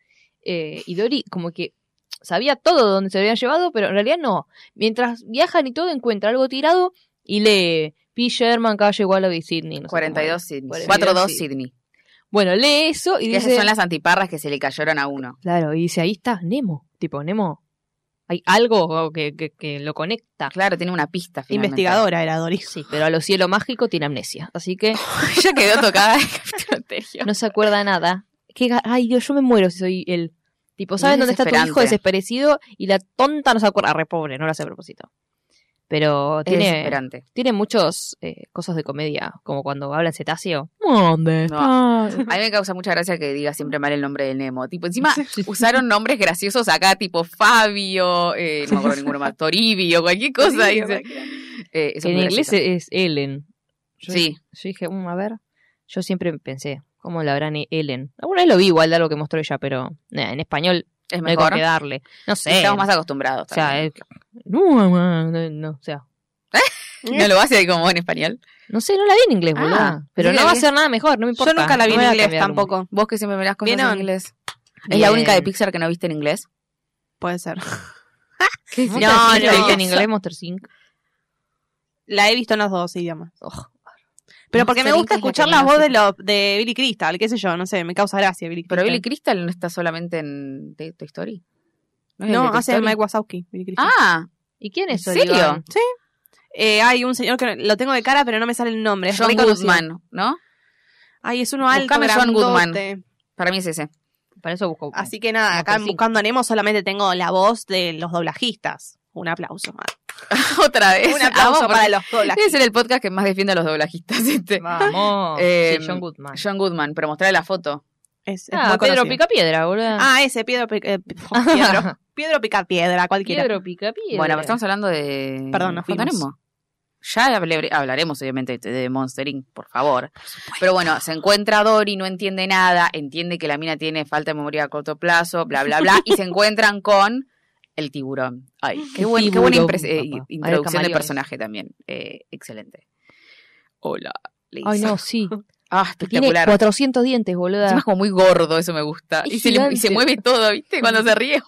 Speaker 3: eh, y Dory, como que sabía todo dónde se lo habían llevado, pero en realidad no. Mientras viajan y todo, encuentra algo tirado y lee P. Sherman, calle Wallaby, Sydney. no sé cómo era.
Speaker 1: 42 Sydney.
Speaker 3: 42
Speaker 1: 42
Speaker 3: Sydney.
Speaker 1: Sydney.
Speaker 3: Bueno, lee eso y
Speaker 1: Que esas
Speaker 3: dice.
Speaker 1: son las antiparras que se le cayeron a uno.
Speaker 3: Claro, y dice, ahí está, Nemo. Tipo, Nemo. Hay algo que, que- que lo conecta.
Speaker 1: Claro, tiene una pista. finalmente. (laughs)
Speaker 4: Investigadora era Doris.
Speaker 3: Sí, pero a lo cielo mágico tiene amnesia. Así que
Speaker 1: Ella quedó tocada en capitoterio.
Speaker 3: no se acuerda nada. Que, ga- ay, Dios, yo me muero si soy él. Tipo, ¿saben
Speaker 1: Es
Speaker 3: dónde está tu hijo
Speaker 1: desesperante.
Speaker 3: desesperecido? Y la tonta no se acuerda. Re pobre, no lo hace a propósito. Pero
Speaker 1: Es
Speaker 3: tiene,
Speaker 1: desesperante.
Speaker 3: tiene muchos eh, cosas de comedia, como cuando habla en cetáceo. ¿Dónde está?
Speaker 1: A mí me causa mucha gracia que diga siempre mal el nombre de Nemo. Tipo, encima
Speaker 3: (laughs)
Speaker 1: usaron nombres graciosos acá, tipo Fabio, eh, no me acuerdo ninguno más, Toribio, cualquier cosa. (laughs)
Speaker 4: Toribio,
Speaker 1: dice. Eh, eso es
Speaker 3: En
Speaker 1: muy
Speaker 3: inglés
Speaker 1: gracioso.
Speaker 3: es Ellen.
Speaker 1: Sí,
Speaker 3: Yo dije, "Mm, a ver, yo siempre pensé, ¿cómo la habrán e- Ellen? Alguna vez lo vi igual de algo que mostró ella, pero nah, en español
Speaker 1: es
Speaker 3: no hay con
Speaker 1: mejor.
Speaker 3: qué darle. No sé.
Speaker 1: Estamos más acostumbrados.
Speaker 3: o sea,
Speaker 1: también.
Speaker 3: es- no, mamá, no, no, o sea,
Speaker 1: No lo hace como en español.
Speaker 3: no sé, no la vi en inglés,
Speaker 1: Ah,
Speaker 3: boluda. Pero
Speaker 1: sí,
Speaker 3: no
Speaker 1: la
Speaker 3: va a
Speaker 1: vi.
Speaker 3: ser nada mejor, no me importa.
Speaker 4: Yo nunca la vi
Speaker 3: no voy
Speaker 4: en
Speaker 3: a
Speaker 4: inglés
Speaker 3: cambiar mucho.
Speaker 4: tampoco. Eh,
Speaker 1: Vos que siempre me las cosas
Speaker 4: ¿Vieron?
Speaker 1: en inglés. Es la
Speaker 3: Bien.
Speaker 1: única de Pixar que no viste en inglés.
Speaker 4: Puede ser.
Speaker 3: No,
Speaker 1: No,
Speaker 3: no,
Speaker 1: no.
Speaker 3: viste en inglés Monster Inc.
Speaker 4: La he visto en los dos idiomas.
Speaker 1: Oh.
Speaker 3: Oj,
Speaker 4: Pero porque me
Speaker 3: Monster Inc.
Speaker 4: gusta
Speaker 3: es la
Speaker 4: escuchar
Speaker 3: que
Speaker 4: la
Speaker 3: no
Speaker 4: voz
Speaker 3: sé.
Speaker 4: de, lo, de Billy Crystal, qué sé yo, no sé, me causa gracia Billy
Speaker 1: Pero
Speaker 4: Crystal.
Speaker 1: Billy Crystal no está solamente en Toy Toy Story. es el de
Speaker 4: No,
Speaker 1: Toy
Speaker 4: hace el
Speaker 1: Story?
Speaker 4: Mike Wazowski, Billy Crystal.
Speaker 1: Ah,
Speaker 3: ¿Y quién
Speaker 1: ¿en
Speaker 3: es
Speaker 1: serio?
Speaker 3: Olivan?
Speaker 4: Eh, hay un señor que lo tengo de cara, pero no me sale el nombre. es
Speaker 1: John
Speaker 4: re conocido.
Speaker 1: Goodman, ¿no?
Speaker 4: Ay, es uno alto,
Speaker 1: Buscame John Goodman.
Speaker 4: grandote.
Speaker 1: Para mí es ese. (laughs)
Speaker 3: Para eso busco.
Speaker 4: Así que nada, acá
Speaker 3: Monster
Speaker 4: en
Speaker 3: Inc.
Speaker 4: Buscando a Nemo solamente tengo la voz de los doblajistas. Un aplauso.
Speaker 1: (laughs)
Speaker 4: Ah,
Speaker 1: Otra vez.
Speaker 4: Un aplauso
Speaker 1: Amo,
Speaker 4: para
Speaker 1: porque
Speaker 4: los
Speaker 1: Debe
Speaker 4: doblajistas.
Speaker 1: ser el podcast que más defiende a los doblajistas. (laughs) Este.
Speaker 3: Vamos.
Speaker 1: Eh,
Speaker 3: sí, John Goodman.
Speaker 1: John Goodman, pero mostrarle la foto.
Speaker 4: Es, es
Speaker 3: Ah,
Speaker 4: muy
Speaker 3: Pedro
Speaker 4: conocido.
Speaker 3: Picapiedra, boludo. (laughs)
Speaker 4: Ah, ese, Pedro, Pic- eh,
Speaker 1: (laughs)
Speaker 4: Pedro, Pedro Picapiedra, cualquiera.
Speaker 3: Pedro Picapiedra.
Speaker 1: Bueno, pero estamos hablando de.
Speaker 4: Perdón, nos
Speaker 1: Fontanemo.
Speaker 4: fuimos.
Speaker 1: Ya hable- hablaremos, obviamente, este, de Monster Inc., por favor. Pero bueno, se encuentra Dory, no entiende nada, entiende que la mina tiene falta de memoria a corto plazo, bla, bla, bla,
Speaker 3: (laughs)
Speaker 1: y se encuentran con el tiburón. Ay, qué,
Speaker 3: El
Speaker 1: buen- qué buena
Speaker 3: tiburón,
Speaker 1: impres- eh,
Speaker 3: papá. Ay,
Speaker 1: introducción de
Speaker 3: camaleones.
Speaker 1: personaje también. Eh, excelente. Hola. le
Speaker 3: Ay,
Speaker 1: dice.
Speaker 3: no, sí.
Speaker 1: Ah,
Speaker 3: Que Tiene
Speaker 1: espectacular.
Speaker 3: 400 dientes, boluda.
Speaker 1: Encima
Speaker 4: (laughs)
Speaker 1: es como muy gordo, eso me gusta.
Speaker 3: Es
Speaker 1: Y se, le- y se
Speaker 3: gigante.
Speaker 1: mueve todo, ¿viste? Cuando se ríe.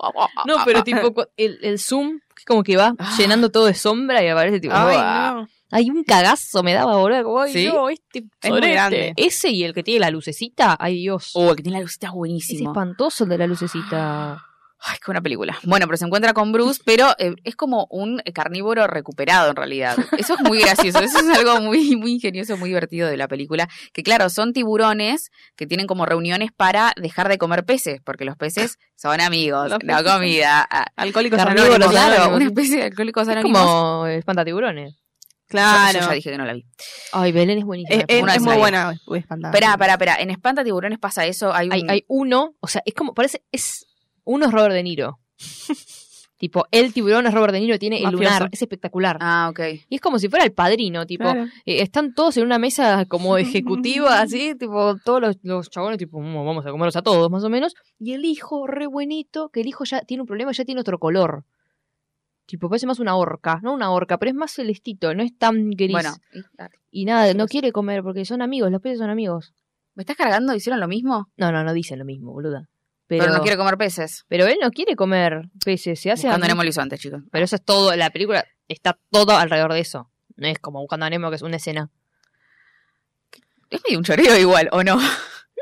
Speaker 3: No, (laughs) pero tipo cu- el, el zoom que como que va
Speaker 1: Ah.
Speaker 3: llenando todo de sombra y aparece tipo.
Speaker 4: Ay,
Speaker 3: ¡buah!
Speaker 4: no.
Speaker 3: Hay un cagazo me daba, boludo. Como, ay,
Speaker 1: ¿Sí?
Speaker 3: no, este
Speaker 4: Es muy
Speaker 3: sorete.
Speaker 4: grande.
Speaker 3: Ese y el que tiene la lucecita, ay Dios.
Speaker 1: Oh, el que tiene la lucecita es
Speaker 3: es
Speaker 1: buenísimo.
Speaker 3: espantoso el de la lucecita.
Speaker 1: Ay, qué buena película. Bueno, pero se encuentra con Bruce, pero eh, es como un carnívoro recuperado en realidad. Eso es muy gracioso, eso es algo muy, muy ingenioso, muy divertido de la película. Que claro, son tiburones que tienen como reuniones para dejar de comer peces, porque los peces son amigos, no
Speaker 4: Los peces son-
Speaker 1: comida. Ah,
Speaker 4: Alcohólicos
Speaker 3: Carnívoros,
Speaker 4: Anónimos.
Speaker 1: claro,
Speaker 3: anónimos.
Speaker 1: una especie de alcohólicos
Speaker 3: Es
Speaker 1: anónimos.
Speaker 3: como el espantatiburones.
Speaker 4: Claro.
Speaker 1: Yo ya dije que no la vi.
Speaker 3: Ay, Belén es buenísima.
Speaker 4: Es,
Speaker 3: la
Speaker 1: una
Speaker 3: pongo
Speaker 4: es- es
Speaker 3: en
Speaker 4: muy
Speaker 1: serie.
Speaker 3: serio.
Speaker 4: buena. Uy, espantada.
Speaker 1: Espera, pará, espera. En Espanta Tiburones pasa eso. Hay un...
Speaker 3: Hay, hay uno, o sea, es como, parece, es uno es Robert De Niro. tipo, el tiburón es Robert De Niro, tiene el
Speaker 4: Mafioso.
Speaker 3: lunar, es espectacular.
Speaker 1: Ah, ok.
Speaker 3: Y es como si fuera el padrino, tipo,
Speaker 4: Claro.
Speaker 3: Eh, están todos en una mesa
Speaker 1: (laughs)
Speaker 3: como ejecutiva, así, tipo, todos los, los chabones, tipo, "Mm, vamos a comerlos a todos, más o menos. Y el hijo, re buenito, que el hijo ya tiene un problema, ya tiene otro color. Tipo, parece más una orca, no una orca, pero es más celestito, no es tan gris.
Speaker 1: Bueno,
Speaker 3: y nada, no quiere comer porque son amigos, los peces son amigos.
Speaker 1: ¿me estás cargando? ¿Hicieron lo mismo?
Speaker 3: No, no, no dicen lo mismo, boluda. Pero,
Speaker 1: Pero, no quiero comer peces.
Speaker 3: pero él no quiere comer peces, se hace.
Speaker 1: Cuando
Speaker 3: ami-
Speaker 1: Nemo lo hizo antes, chicos.
Speaker 3: Pero eso es todo, la película está todo alrededor de eso. No es como buscando a Nemo, que es una escena.
Speaker 1: Es medio un choreo igual, ¿o no?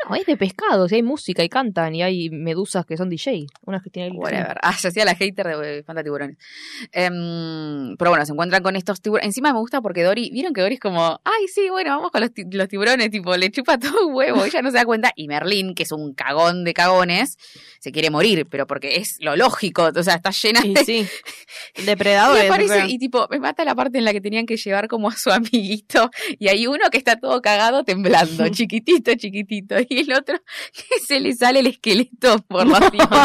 Speaker 3: No, es de pescado, si hay música y cantan y hay medusas que son DJ, unas que tienen
Speaker 1: Whatever. Ah, se hacía la hater de eh, Fanta Tiburones. Em, pero bueno, se encuentran con estos tiburones. Encima me gusta porque Dory, vieron que Dory es como, ay, sí, bueno, vamos con los, ti- los tiburones, tipo, le chupa todo un huevo, ella no se da cuenta. Y Merlín, que es un cagón de cagones, se quiere morir, pero porque es lo lógico, o sea, está llena
Speaker 4: Y
Speaker 1: de
Speaker 4: sí.
Speaker 1: Y
Speaker 4: Depredadores.
Speaker 1: aparece, (laughs)
Speaker 4: pero-
Speaker 1: y tipo, me mata la parte en la que tenían que llevar como a su amiguito. Y hay uno que está todo cagado (laughs) temblando, chiquitito, chiquitito. Y el otro (laughs) que se le sale el esqueleto por los
Speaker 4: (laughs)
Speaker 1: dientes.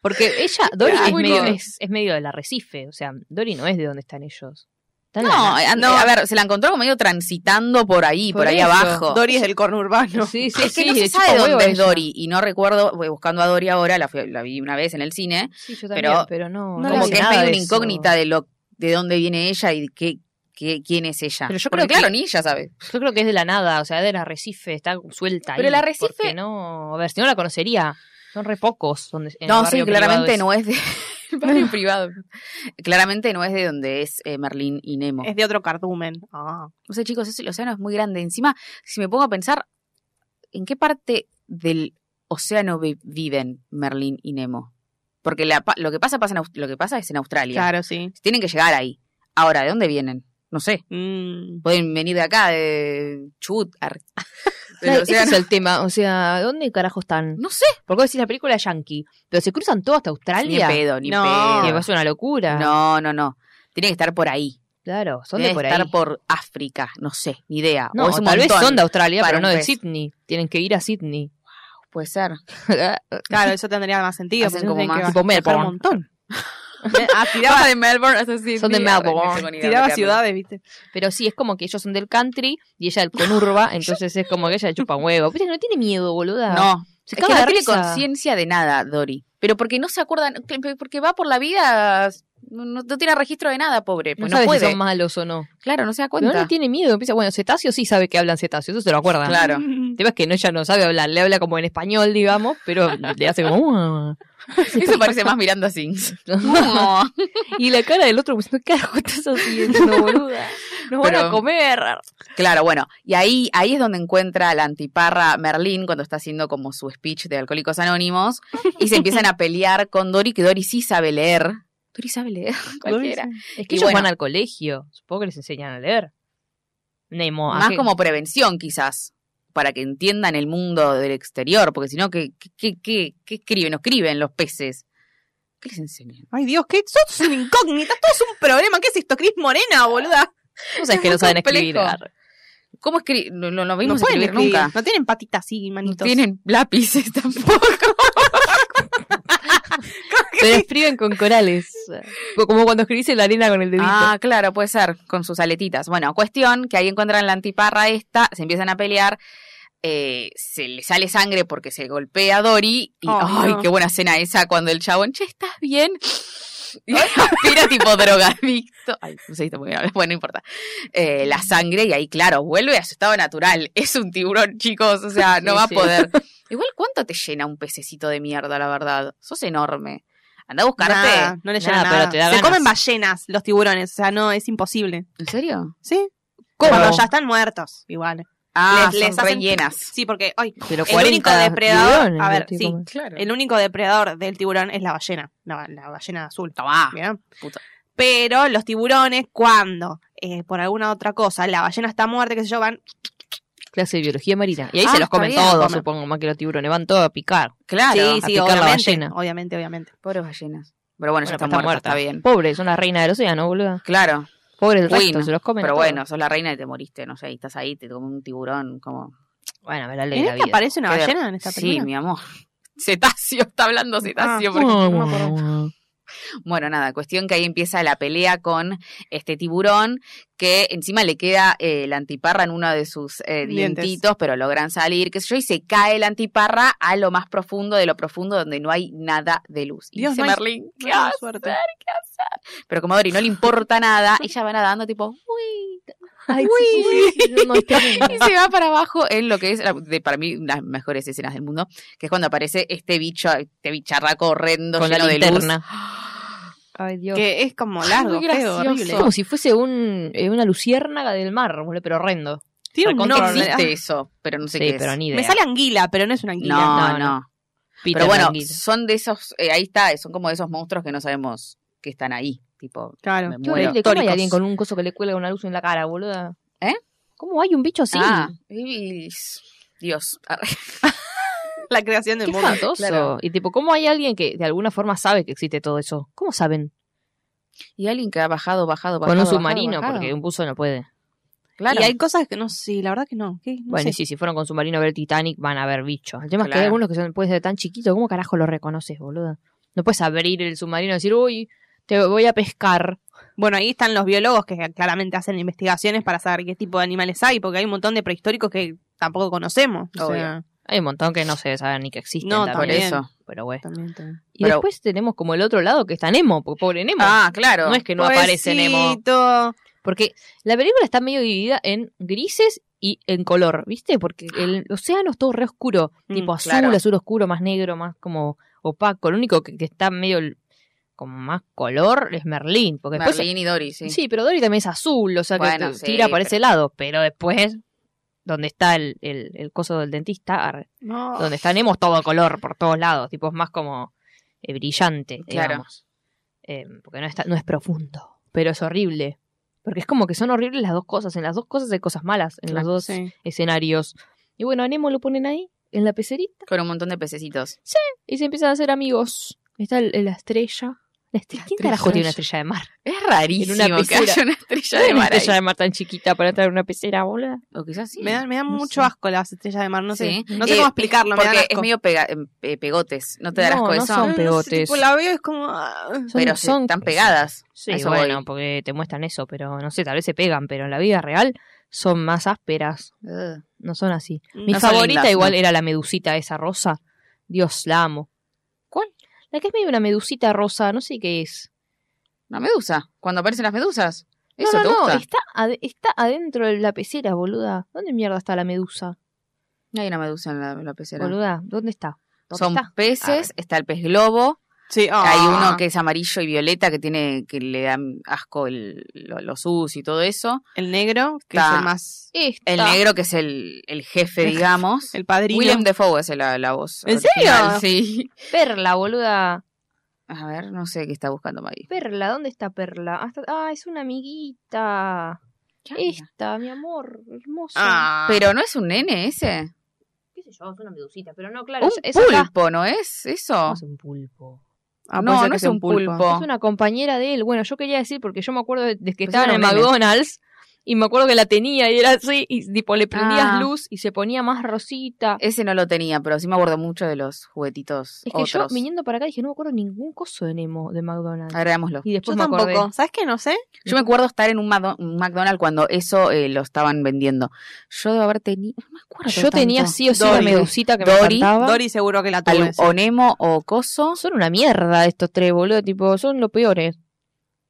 Speaker 3: Porque ella, Dory
Speaker 1: Claro. (laughs)
Speaker 3: es medio,
Speaker 1: Bueno.
Speaker 3: es, es medio del arrecife, o sea, Dory no es de donde están ellos. Está en la
Speaker 1: No, eh,
Speaker 3: nada.
Speaker 1: and-
Speaker 4: No.
Speaker 1: a ver, se la encontró como medio transitando por ahí, por,
Speaker 3: Por
Speaker 1: ahí
Speaker 3: eso.
Speaker 1: abajo.
Speaker 4: Dory es del corno urbano.
Speaker 3: Sí, sí,
Speaker 1: es que
Speaker 3: sí,
Speaker 1: no se
Speaker 3: le
Speaker 1: sabe
Speaker 3: chupa
Speaker 1: dónde
Speaker 3: huevo
Speaker 1: es
Speaker 3: ella.
Speaker 1: Dory y no recuerdo, voy buscando a Dory ahora, la, fui- la vi una vez en el cine,
Speaker 3: Sí, yo
Speaker 1: Pero-
Speaker 3: también, pero, no.
Speaker 4: no
Speaker 3: no
Speaker 1: como
Speaker 4: vi
Speaker 3: sé
Speaker 1: que es
Speaker 3: nada
Speaker 1: medio
Speaker 3: de
Speaker 1: una
Speaker 3: eso.
Speaker 1: incógnita de lo de dónde viene ella y de qué, qué- quién es ella.
Speaker 3: Pero yo
Speaker 1: Porque,
Speaker 3: creo que-
Speaker 1: claro, ni ella sabe.
Speaker 3: Yo creo que es de la nada, o sea, es del arrecife, está suelta
Speaker 1: Pero
Speaker 3: ahí,
Speaker 1: el arrecife-
Speaker 3: porque no, a ver, si no la conocería. Son re pocos. Donde, en el
Speaker 1: No, sí,
Speaker 3: barrio
Speaker 1: claramente
Speaker 3: privado
Speaker 1: no es de (laughs) el barrio privado. Claramente no es de donde es eh, Merlín y Nemo.
Speaker 4: Es de otro cardumen. Ah.
Speaker 1: No sé, chicos, es- el océano es muy grande. Encima, si me pongo a pensar, ¿en qué parte del océano vi- viven Merlín y Nemo? Porque la pa- lo, que pasa, pasa en Aus- lo que pasa es en Australia.
Speaker 4: Claro, sí.
Speaker 1: Tienen que llegar ahí. Ahora, ¿de dónde vienen? No sé.
Speaker 4: Mm.
Speaker 1: Pueden venir de acá, de Chubut. ar-
Speaker 3: es-
Speaker 1: (laughs) del
Speaker 3: Claro, ese
Speaker 1: océano.
Speaker 3: es el tema, o sea, ¿dónde carajo están?
Speaker 1: No sé.
Speaker 3: Porque vos decís la película Yankee, pero se cruzan todos hasta
Speaker 1: Ni
Speaker 3: Australia.
Speaker 1: en pedo, ni en
Speaker 4: No.
Speaker 3: Y
Speaker 1: pedo.
Speaker 3: es una locura.
Speaker 1: Ah. No, no, no. Tiene que estar por ahí.
Speaker 3: Claro, son
Speaker 1: Debe
Speaker 3: de por ahí.
Speaker 1: estar por África. No sé, ni idea.
Speaker 3: No,
Speaker 1: o es un
Speaker 3: tal vez
Speaker 1: montón.
Speaker 3: son de Australia,
Speaker 1: para
Speaker 3: pero
Speaker 1: un
Speaker 3: no de
Speaker 1: pez.
Speaker 3: Sydney. Tienen que ir a Sydney. (laughs)
Speaker 1: Puede ser.
Speaker 4: Claro, eso tendría más sentido.
Speaker 1: Hacen
Speaker 4: porque
Speaker 1: como
Speaker 4: tienen que
Speaker 1: más
Speaker 3: tipo
Speaker 4: viajar
Speaker 3: Melbourne.
Speaker 4: un montón.
Speaker 1: ah, tiraba de Melbourne hasta Sydney.
Speaker 3: Son de Melbourne.
Speaker 1: Ay, no tengo ni idea
Speaker 4: Tiraba
Speaker 1: dónde queda.
Speaker 4: ciudades, ¿viste? (laughs)
Speaker 3: Pero sí, es como que ellos son del country y ella
Speaker 1: (laughs)
Speaker 3: del conurba, entonces es como que ella le chupa un huevo. Viste, no tiene miedo, boluda.
Speaker 1: No, es
Speaker 3: se
Speaker 1: que
Speaker 3: caga
Speaker 1: no
Speaker 3: de
Speaker 1: tiene
Speaker 3: risa.
Speaker 1: conciencia de nada, Dori. Pero porque no se acuerdan, porque va por la vida, no, no- no tiene registro de nada, pobre.
Speaker 3: No
Speaker 1: Pues no,
Speaker 3: sabe si
Speaker 1: puede.
Speaker 3: son malos o no.
Speaker 1: Claro, no se da
Speaker 3: Pero no le
Speaker 1: cuenta.
Speaker 3: tiene miedo. Empieza, bueno, cetáceo sí sabe que hablan cetáceos, eso se lo acuerdan.
Speaker 1: Claro.
Speaker 3: (laughs) El tema es que no, ella no sabe hablar, le habla como en español, digamos, pero le hace como... "Uh".
Speaker 1: (laughs) Eso parece más Miranda (laughs)
Speaker 3: (laughs)
Speaker 1: Sings. No.
Speaker 3: y la cara del otro, pues, ¿qué carajo estás haciendo, boluda? Nos van
Speaker 1: Pero-
Speaker 3: a comer.
Speaker 1: Claro, bueno, y ahí, ahí es donde encuentra la antiparra Merlín cuando está haciendo como su speech de Alcohólicos Anónimos y se empiezan a pelear con Dori, que Dori sí sabe leer. Dori sabe leer, (laughs) cualquiera.
Speaker 3: Es
Speaker 1: Y
Speaker 3: que ellos
Speaker 1: bueno.
Speaker 3: van al colegio, supongo que les enseñan a leer. Nemo, ¿a
Speaker 1: Más
Speaker 3: qué-
Speaker 1: como prevención, quizás, para que entiendan el mundo del exterior, porque si no, ¿qué, qué, qué, qué, qué escriben? No escriben los peces. ¿Qué les enseñan?
Speaker 4: Ay, Dios, que sos una incógnita, todo es un problema. ¿Qué es esto, Cris Morena, boluda?
Speaker 3: O sea, es que no saben escribir.
Speaker 1: complejo. ¿Cómo escriben? No, no, no vimos
Speaker 4: pueden
Speaker 1: escribir,
Speaker 4: escribir,
Speaker 1: nunca.
Speaker 4: No tienen patitas así,
Speaker 1: No
Speaker 4: manitos.
Speaker 1: tienen lápices (laughs) tampoco.
Speaker 3: Pero escriben con corales. Como cuando escribís en la arena con el dedito.
Speaker 1: Ah, claro, puede ser, con sus aletitas. Bueno, cuestión que ahí encuentran la antiparra esta, se empiezan a pelear, eh, se le sale sangre porque se golpea a Dory y
Speaker 4: Ay,
Speaker 1: ay,
Speaker 4: no.
Speaker 1: qué buena escena esa cuando el chabón, che, ¿estás bien? Y aspira tipo drogadicto. Ay, no sé si está muy bien hablado. Bueno, (laughs) no importa. Eh, la sangre y ahí, claro, vuelve a su estado natural. Es un tiburón, chicos, o sea, no
Speaker 3: Sí,
Speaker 1: va
Speaker 3: sí.
Speaker 1: a poder. Igual, ¿cuánto te llena un pececito de mierda, la verdad? Sos enorme. Anda a buscarte.
Speaker 4: Nada, no le llena
Speaker 3: Nada, pero
Speaker 4: nada.
Speaker 3: te da
Speaker 4: Se
Speaker 3: ganas.
Speaker 4: comen ballenas los tiburones, o sea, no, es imposible.
Speaker 1: ¿En serio?
Speaker 4: ¿Sí?
Speaker 3: ¿Cómo?
Speaker 4: Cuando ya están muertos, igual.
Speaker 1: Ah,
Speaker 4: Les- les
Speaker 1: son
Speaker 4: hacen-
Speaker 1: rellenas.
Speaker 4: Sí, porque, ay,
Speaker 3: Pero
Speaker 4: el único depredador-
Speaker 3: tiburones,
Speaker 4: a ver,
Speaker 3: tipo,
Speaker 4: sí.
Speaker 1: Claro.
Speaker 4: el único depredador del tiburón es la ballena, la, la ballena azul.
Speaker 1: Tomá.
Speaker 4: Bien.
Speaker 1: Ah, puta.
Speaker 4: Pero los tiburones, cuando eh, por alguna otra cosa la ballena está muerta, qué sé yo, van
Speaker 3: Clase de biología marina. Y ahí
Speaker 1: Ah,
Speaker 3: se los
Speaker 1: está
Speaker 3: comen
Speaker 1: bien,
Speaker 3: todos,
Speaker 1: comen.
Speaker 3: supongo, más que los tiburones. Van todos a picar.
Speaker 1: Claro.
Speaker 4: sí,
Speaker 3: a
Speaker 4: sí,
Speaker 3: picar la
Speaker 4: obviamente,
Speaker 3: ballena.
Speaker 4: obviamente, obviamente.
Speaker 1: Pobres ballenas. Pero bueno, ya
Speaker 3: Bueno,
Speaker 1: está,
Speaker 3: pues
Speaker 1: muerta, está bien.
Speaker 3: Pobre, son la reina del océano, boluda.
Speaker 1: Claro,
Speaker 3: Pobre el
Speaker 1: Uy,
Speaker 3: resto,
Speaker 1: no.
Speaker 3: se los comen. a
Speaker 1: pero
Speaker 3: todos.
Speaker 1: bueno, sos la reina y te moriste, no sé, y estás ahí, te como un tiburón, como...
Speaker 3: Bueno, me la ley
Speaker 4: ¿En
Speaker 3: de la
Speaker 4: esta
Speaker 3: vida.
Speaker 4: aparece una
Speaker 1: Qué ver-
Speaker 4: ballena en esta
Speaker 1: Sí,
Speaker 4: película?
Speaker 1: mi amor. (laughs) Cetáceo, está hablando cetáceo.
Speaker 4: Ah.
Speaker 1: porque-
Speaker 3: Ah,
Speaker 4: no me
Speaker 3: bueno,
Speaker 4: acuerdo.
Speaker 3: bueno.
Speaker 1: Bueno, nada, cuestión que ahí empieza la pelea con este tiburón, que encima le queda eh, la antiparra en uno de sus eh,
Speaker 4: Dientes.
Speaker 1: dientitos, pero logran salir, qué sé yo, y se cae la antiparra a lo más profundo de lo profundo donde no hay nada de luz. Y
Speaker 4: Dios,
Speaker 1: dice
Speaker 4: no hay-
Speaker 1: Merlin, ¿qué
Speaker 4: Buena
Speaker 1: haces?
Speaker 4: suerte.
Speaker 1: Pero como a Dory no le importa
Speaker 4: (laughs)
Speaker 1: nada, ella va nadando tipo, uy,
Speaker 3: Ay, sí, sí, sí, (laughs) sí, no, está bien.
Speaker 1: y se va para abajo en lo que es, la- de, para mí, las mejores escenas del mundo, que es cuando aparece este bicho, este bicharraco horrendo
Speaker 3: Con la
Speaker 1: lleno de luz.
Speaker 3: linterna. Ay, Dios.
Speaker 4: Que es como
Speaker 1: Ay,
Speaker 4: largo,
Speaker 1: muy
Speaker 4: feo,
Speaker 1: gracioso.
Speaker 3: Es
Speaker 4: horrible.
Speaker 3: como si fuese un, eh, una luciérnaga del mar, boludo, pero horrendo.
Speaker 4: Tiene un
Speaker 1: No
Speaker 3: Recontra
Speaker 4: nombre.
Speaker 1: existe eso, pero no sé
Speaker 3: Sí,
Speaker 1: qué es.
Speaker 3: pero ni idea.
Speaker 4: Me sale anguila, pero no es una anguila.
Speaker 1: No, no.
Speaker 3: No, no. Peter
Speaker 1: Pero bueno,
Speaker 3: Languila.
Speaker 1: son de esos, eh, ahí está, son como de esos monstruos que no sabemos que están ahí, tipo,
Speaker 4: Claro.
Speaker 1: me
Speaker 3: Qué
Speaker 1: muero.
Speaker 3: horrible, ¿Cómo hay
Speaker 4: Tóricos.
Speaker 3: alguien con un coso que le cuelga una luz en la cara, boluda?
Speaker 1: ¿Eh?
Speaker 3: ¿Cómo hay un bicho así?
Speaker 1: Ah, y- y- Dios.
Speaker 4: La creación del
Speaker 3: Qué
Speaker 4: mundo.
Speaker 3: espantoso.
Speaker 1: claro.
Speaker 3: Y tipo, ¿cómo hay alguien que de alguna forma sabe que existe todo eso? ¿Cómo saben?
Speaker 1: Y alguien que ha bajado, bajado, bajado.
Speaker 3: Con un
Speaker 1: bajado,
Speaker 3: submarino,
Speaker 1: bajado.
Speaker 3: porque un buzo no puede.
Speaker 1: Claro.
Speaker 4: Y hay cosas que no sé, la verdad que no. que no
Speaker 3: bueno,
Speaker 4: sé.
Speaker 3: y sí, si fueron con submarino a ver Titanic, van a ver bichos. El tema es que hay
Speaker 1: Claro.
Speaker 3: algunos que son, pueden ser tan chiquitos, ¿cómo carajo los reconoces, boluda? No puedes abrir el submarino y decir, uy, te voy a pescar.
Speaker 4: Bueno, ahí están los biólogos que claramente hacen investigaciones para saber qué tipo de animales hay, porque hay un montón de prehistóricos que tampoco conocemos. O
Speaker 1: Obvio.
Speaker 4: sea,
Speaker 3: Hay un montón que no se sabe ni que existen.
Speaker 4: No,
Speaker 3: también.
Speaker 1: Por
Speaker 4: también.
Speaker 1: eso.
Speaker 3: Pero bueno.
Speaker 4: también, también.
Speaker 3: Y
Speaker 1: Pero-
Speaker 3: después tenemos como el otro lado que está Nemo, porque pobre Nemo.
Speaker 1: Ah, claro. pues
Speaker 3: no es que no aparece Nemo.
Speaker 4: Pobrecito.
Speaker 3: Porque la película está medio dividida en grises y en color, ¿viste? Porque el océano es todo re oscuro,
Speaker 4: Mm,
Speaker 3: tipo azul,
Speaker 1: claro.
Speaker 3: azul oscuro, más negro, más como opaco. Lo único que, que está medio l- como más color es Merlín, porque después
Speaker 1: Merlín y Dory, sí.
Speaker 3: sí. pero Dory también es azul, o sea que
Speaker 1: Bueno,
Speaker 3: te-
Speaker 1: sí,
Speaker 3: tira para
Speaker 1: pero-
Speaker 3: ese lado, pero después donde está el, el, el coso del dentista, ar-
Speaker 4: No.
Speaker 3: donde está Nemo es todo color por todos lados, tipo es más como eh, brillante,
Speaker 1: Claro.
Speaker 3: digamos. Eh, porque no, está, no es profundo, pero es horrible. Porque es como que son horribles las dos cosas, en las dos cosas hay cosas malas, en los dos
Speaker 4: Sí.
Speaker 3: escenarios. Y bueno, a Nemo lo ponen ahí, en la pecerita,
Speaker 1: Con un montón de pececitos.
Speaker 3: y se empiezan a hacer amigos. Está el- la estrella. La estre- ¿Quién
Speaker 1: estrella.
Speaker 3: carajo tiene una estrella de mar?
Speaker 1: Es rarísimo
Speaker 3: En una
Speaker 1: que haya
Speaker 3: pecera.
Speaker 1: una estrella
Speaker 3: No hay
Speaker 1: de
Speaker 3: (laughs) una
Speaker 1: mar ahí.
Speaker 3: estrella de mar tan chiquita para entrar en una pecera, boludo.
Speaker 1: O quizás sí.
Speaker 4: Me dan, me dan
Speaker 3: no
Speaker 4: mucho
Speaker 3: sé.
Speaker 4: asco las estrellas de mar, no sé.
Speaker 1: Sí.
Speaker 4: No sé
Speaker 1: Eh,
Speaker 4: cómo explicarlo, me
Speaker 1: Porque
Speaker 4: dan asco.
Speaker 1: es medio pega- eh, pegotes. No te darás
Speaker 3: No,
Speaker 1: con
Speaker 3: no
Speaker 1: eso.
Speaker 3: son
Speaker 4: No, no sé,
Speaker 3: pegotes.
Speaker 4: tipo, la veo y es como... ah.
Speaker 1: Pero
Speaker 3: son-
Speaker 1: son, están
Speaker 3: son-
Speaker 1: pegadas.
Speaker 3: Sí,
Speaker 1: A eso
Speaker 3: bueno,
Speaker 1: voy.
Speaker 3: porque te muestran eso, pero no sé, tal vez se pegan, pero en la vida real son más ásperas,
Speaker 1: Ugh.
Speaker 3: no son así. Mi
Speaker 1: No son
Speaker 3: favorita
Speaker 1: lindas,
Speaker 3: igual
Speaker 1: no.
Speaker 3: era la medusita esa rosa. Dios, la amo.
Speaker 1: ¿Cuál?
Speaker 3: La que es medio una medusita rosa, no sé qué es.
Speaker 1: Una medusa. Cuando aparecen las medusas. ¿Eso
Speaker 3: no, no,
Speaker 1: te
Speaker 3: no,
Speaker 1: gusta?
Speaker 3: Está, ade- está adentro de la pecera, boluda. ¿Dónde mierda está la medusa?
Speaker 1: No hay una medusa en la, en la pecera.
Speaker 3: Boluda, ¿dónde está? ¿Dónde
Speaker 1: Son
Speaker 3: está?
Speaker 1: peces, está el pez globo,
Speaker 4: Sí, ah.
Speaker 1: hay uno que es amarillo y violeta que tiene que le dan asco el- lo- los us y todo eso,
Speaker 4: El negro, que
Speaker 1: Está-
Speaker 4: es el más...
Speaker 3: Está.
Speaker 1: el negro que es el, el jefe, digamos.
Speaker 4: El padrino.
Speaker 1: William Defoe es la, la voz.
Speaker 4: ¿En
Speaker 1: original, Sí.
Speaker 3: Perla, boluda.
Speaker 1: A ver, no sé qué está buscando Maggie.
Speaker 3: Perla, ¿dónde está Perla? Ah, está- Ah, es una amiguita. Esta, mi amor, hermosa.
Speaker 4: Ah.
Speaker 1: Pero no es un nene ese.
Speaker 3: qué sé yo, es una medusita, pero no, claro,
Speaker 1: Un
Speaker 3: es, es acá.
Speaker 1: pulpo, ¿no es eso?
Speaker 3: No es un pulpo.
Speaker 4: Ah, puede
Speaker 1: No,
Speaker 4: ser
Speaker 1: no
Speaker 4: que
Speaker 1: es
Speaker 4: sea
Speaker 1: un pulpo.
Speaker 3: Es una compañera de él. Bueno, yo quería decir, porque yo me acuerdo de, de que
Speaker 1: Pues
Speaker 3: estaba en
Speaker 1: era
Speaker 3: el
Speaker 1: un nene.
Speaker 3: McDonald's y me acuerdo que la tenía y era así, y tipo le prendías
Speaker 1: Ah.
Speaker 3: luz y se ponía más rosita.
Speaker 1: Ese no lo tenía, pero sí me acuerdo mucho de los juguetitos
Speaker 3: Es que
Speaker 1: otros.
Speaker 3: yo viniendo para acá dije, no me acuerdo ningún coso de Nemo de McDonald's.
Speaker 1: Agregámoslo.
Speaker 3: Y después
Speaker 4: Yo
Speaker 3: me
Speaker 4: tampoco.
Speaker 3: acordé.
Speaker 4: ¿Sabes qué? No sé.
Speaker 1: Yo me acuerdo estar en un Mado- un McDonald's cuando eso eh, lo estaban vendiendo. Yo debo haber tenido. No me acuerdo.
Speaker 3: Yo tenía
Speaker 1: tanto.
Speaker 3: sí o sí la
Speaker 1: Dory.
Speaker 3: medusita que me
Speaker 1: Dory,
Speaker 3: encantaba.
Speaker 4: Dory seguro que la tuve.
Speaker 1: Al- o Nemo o Coso.
Speaker 3: Son una mierda estos tres, boludo. Tipo, son los peores.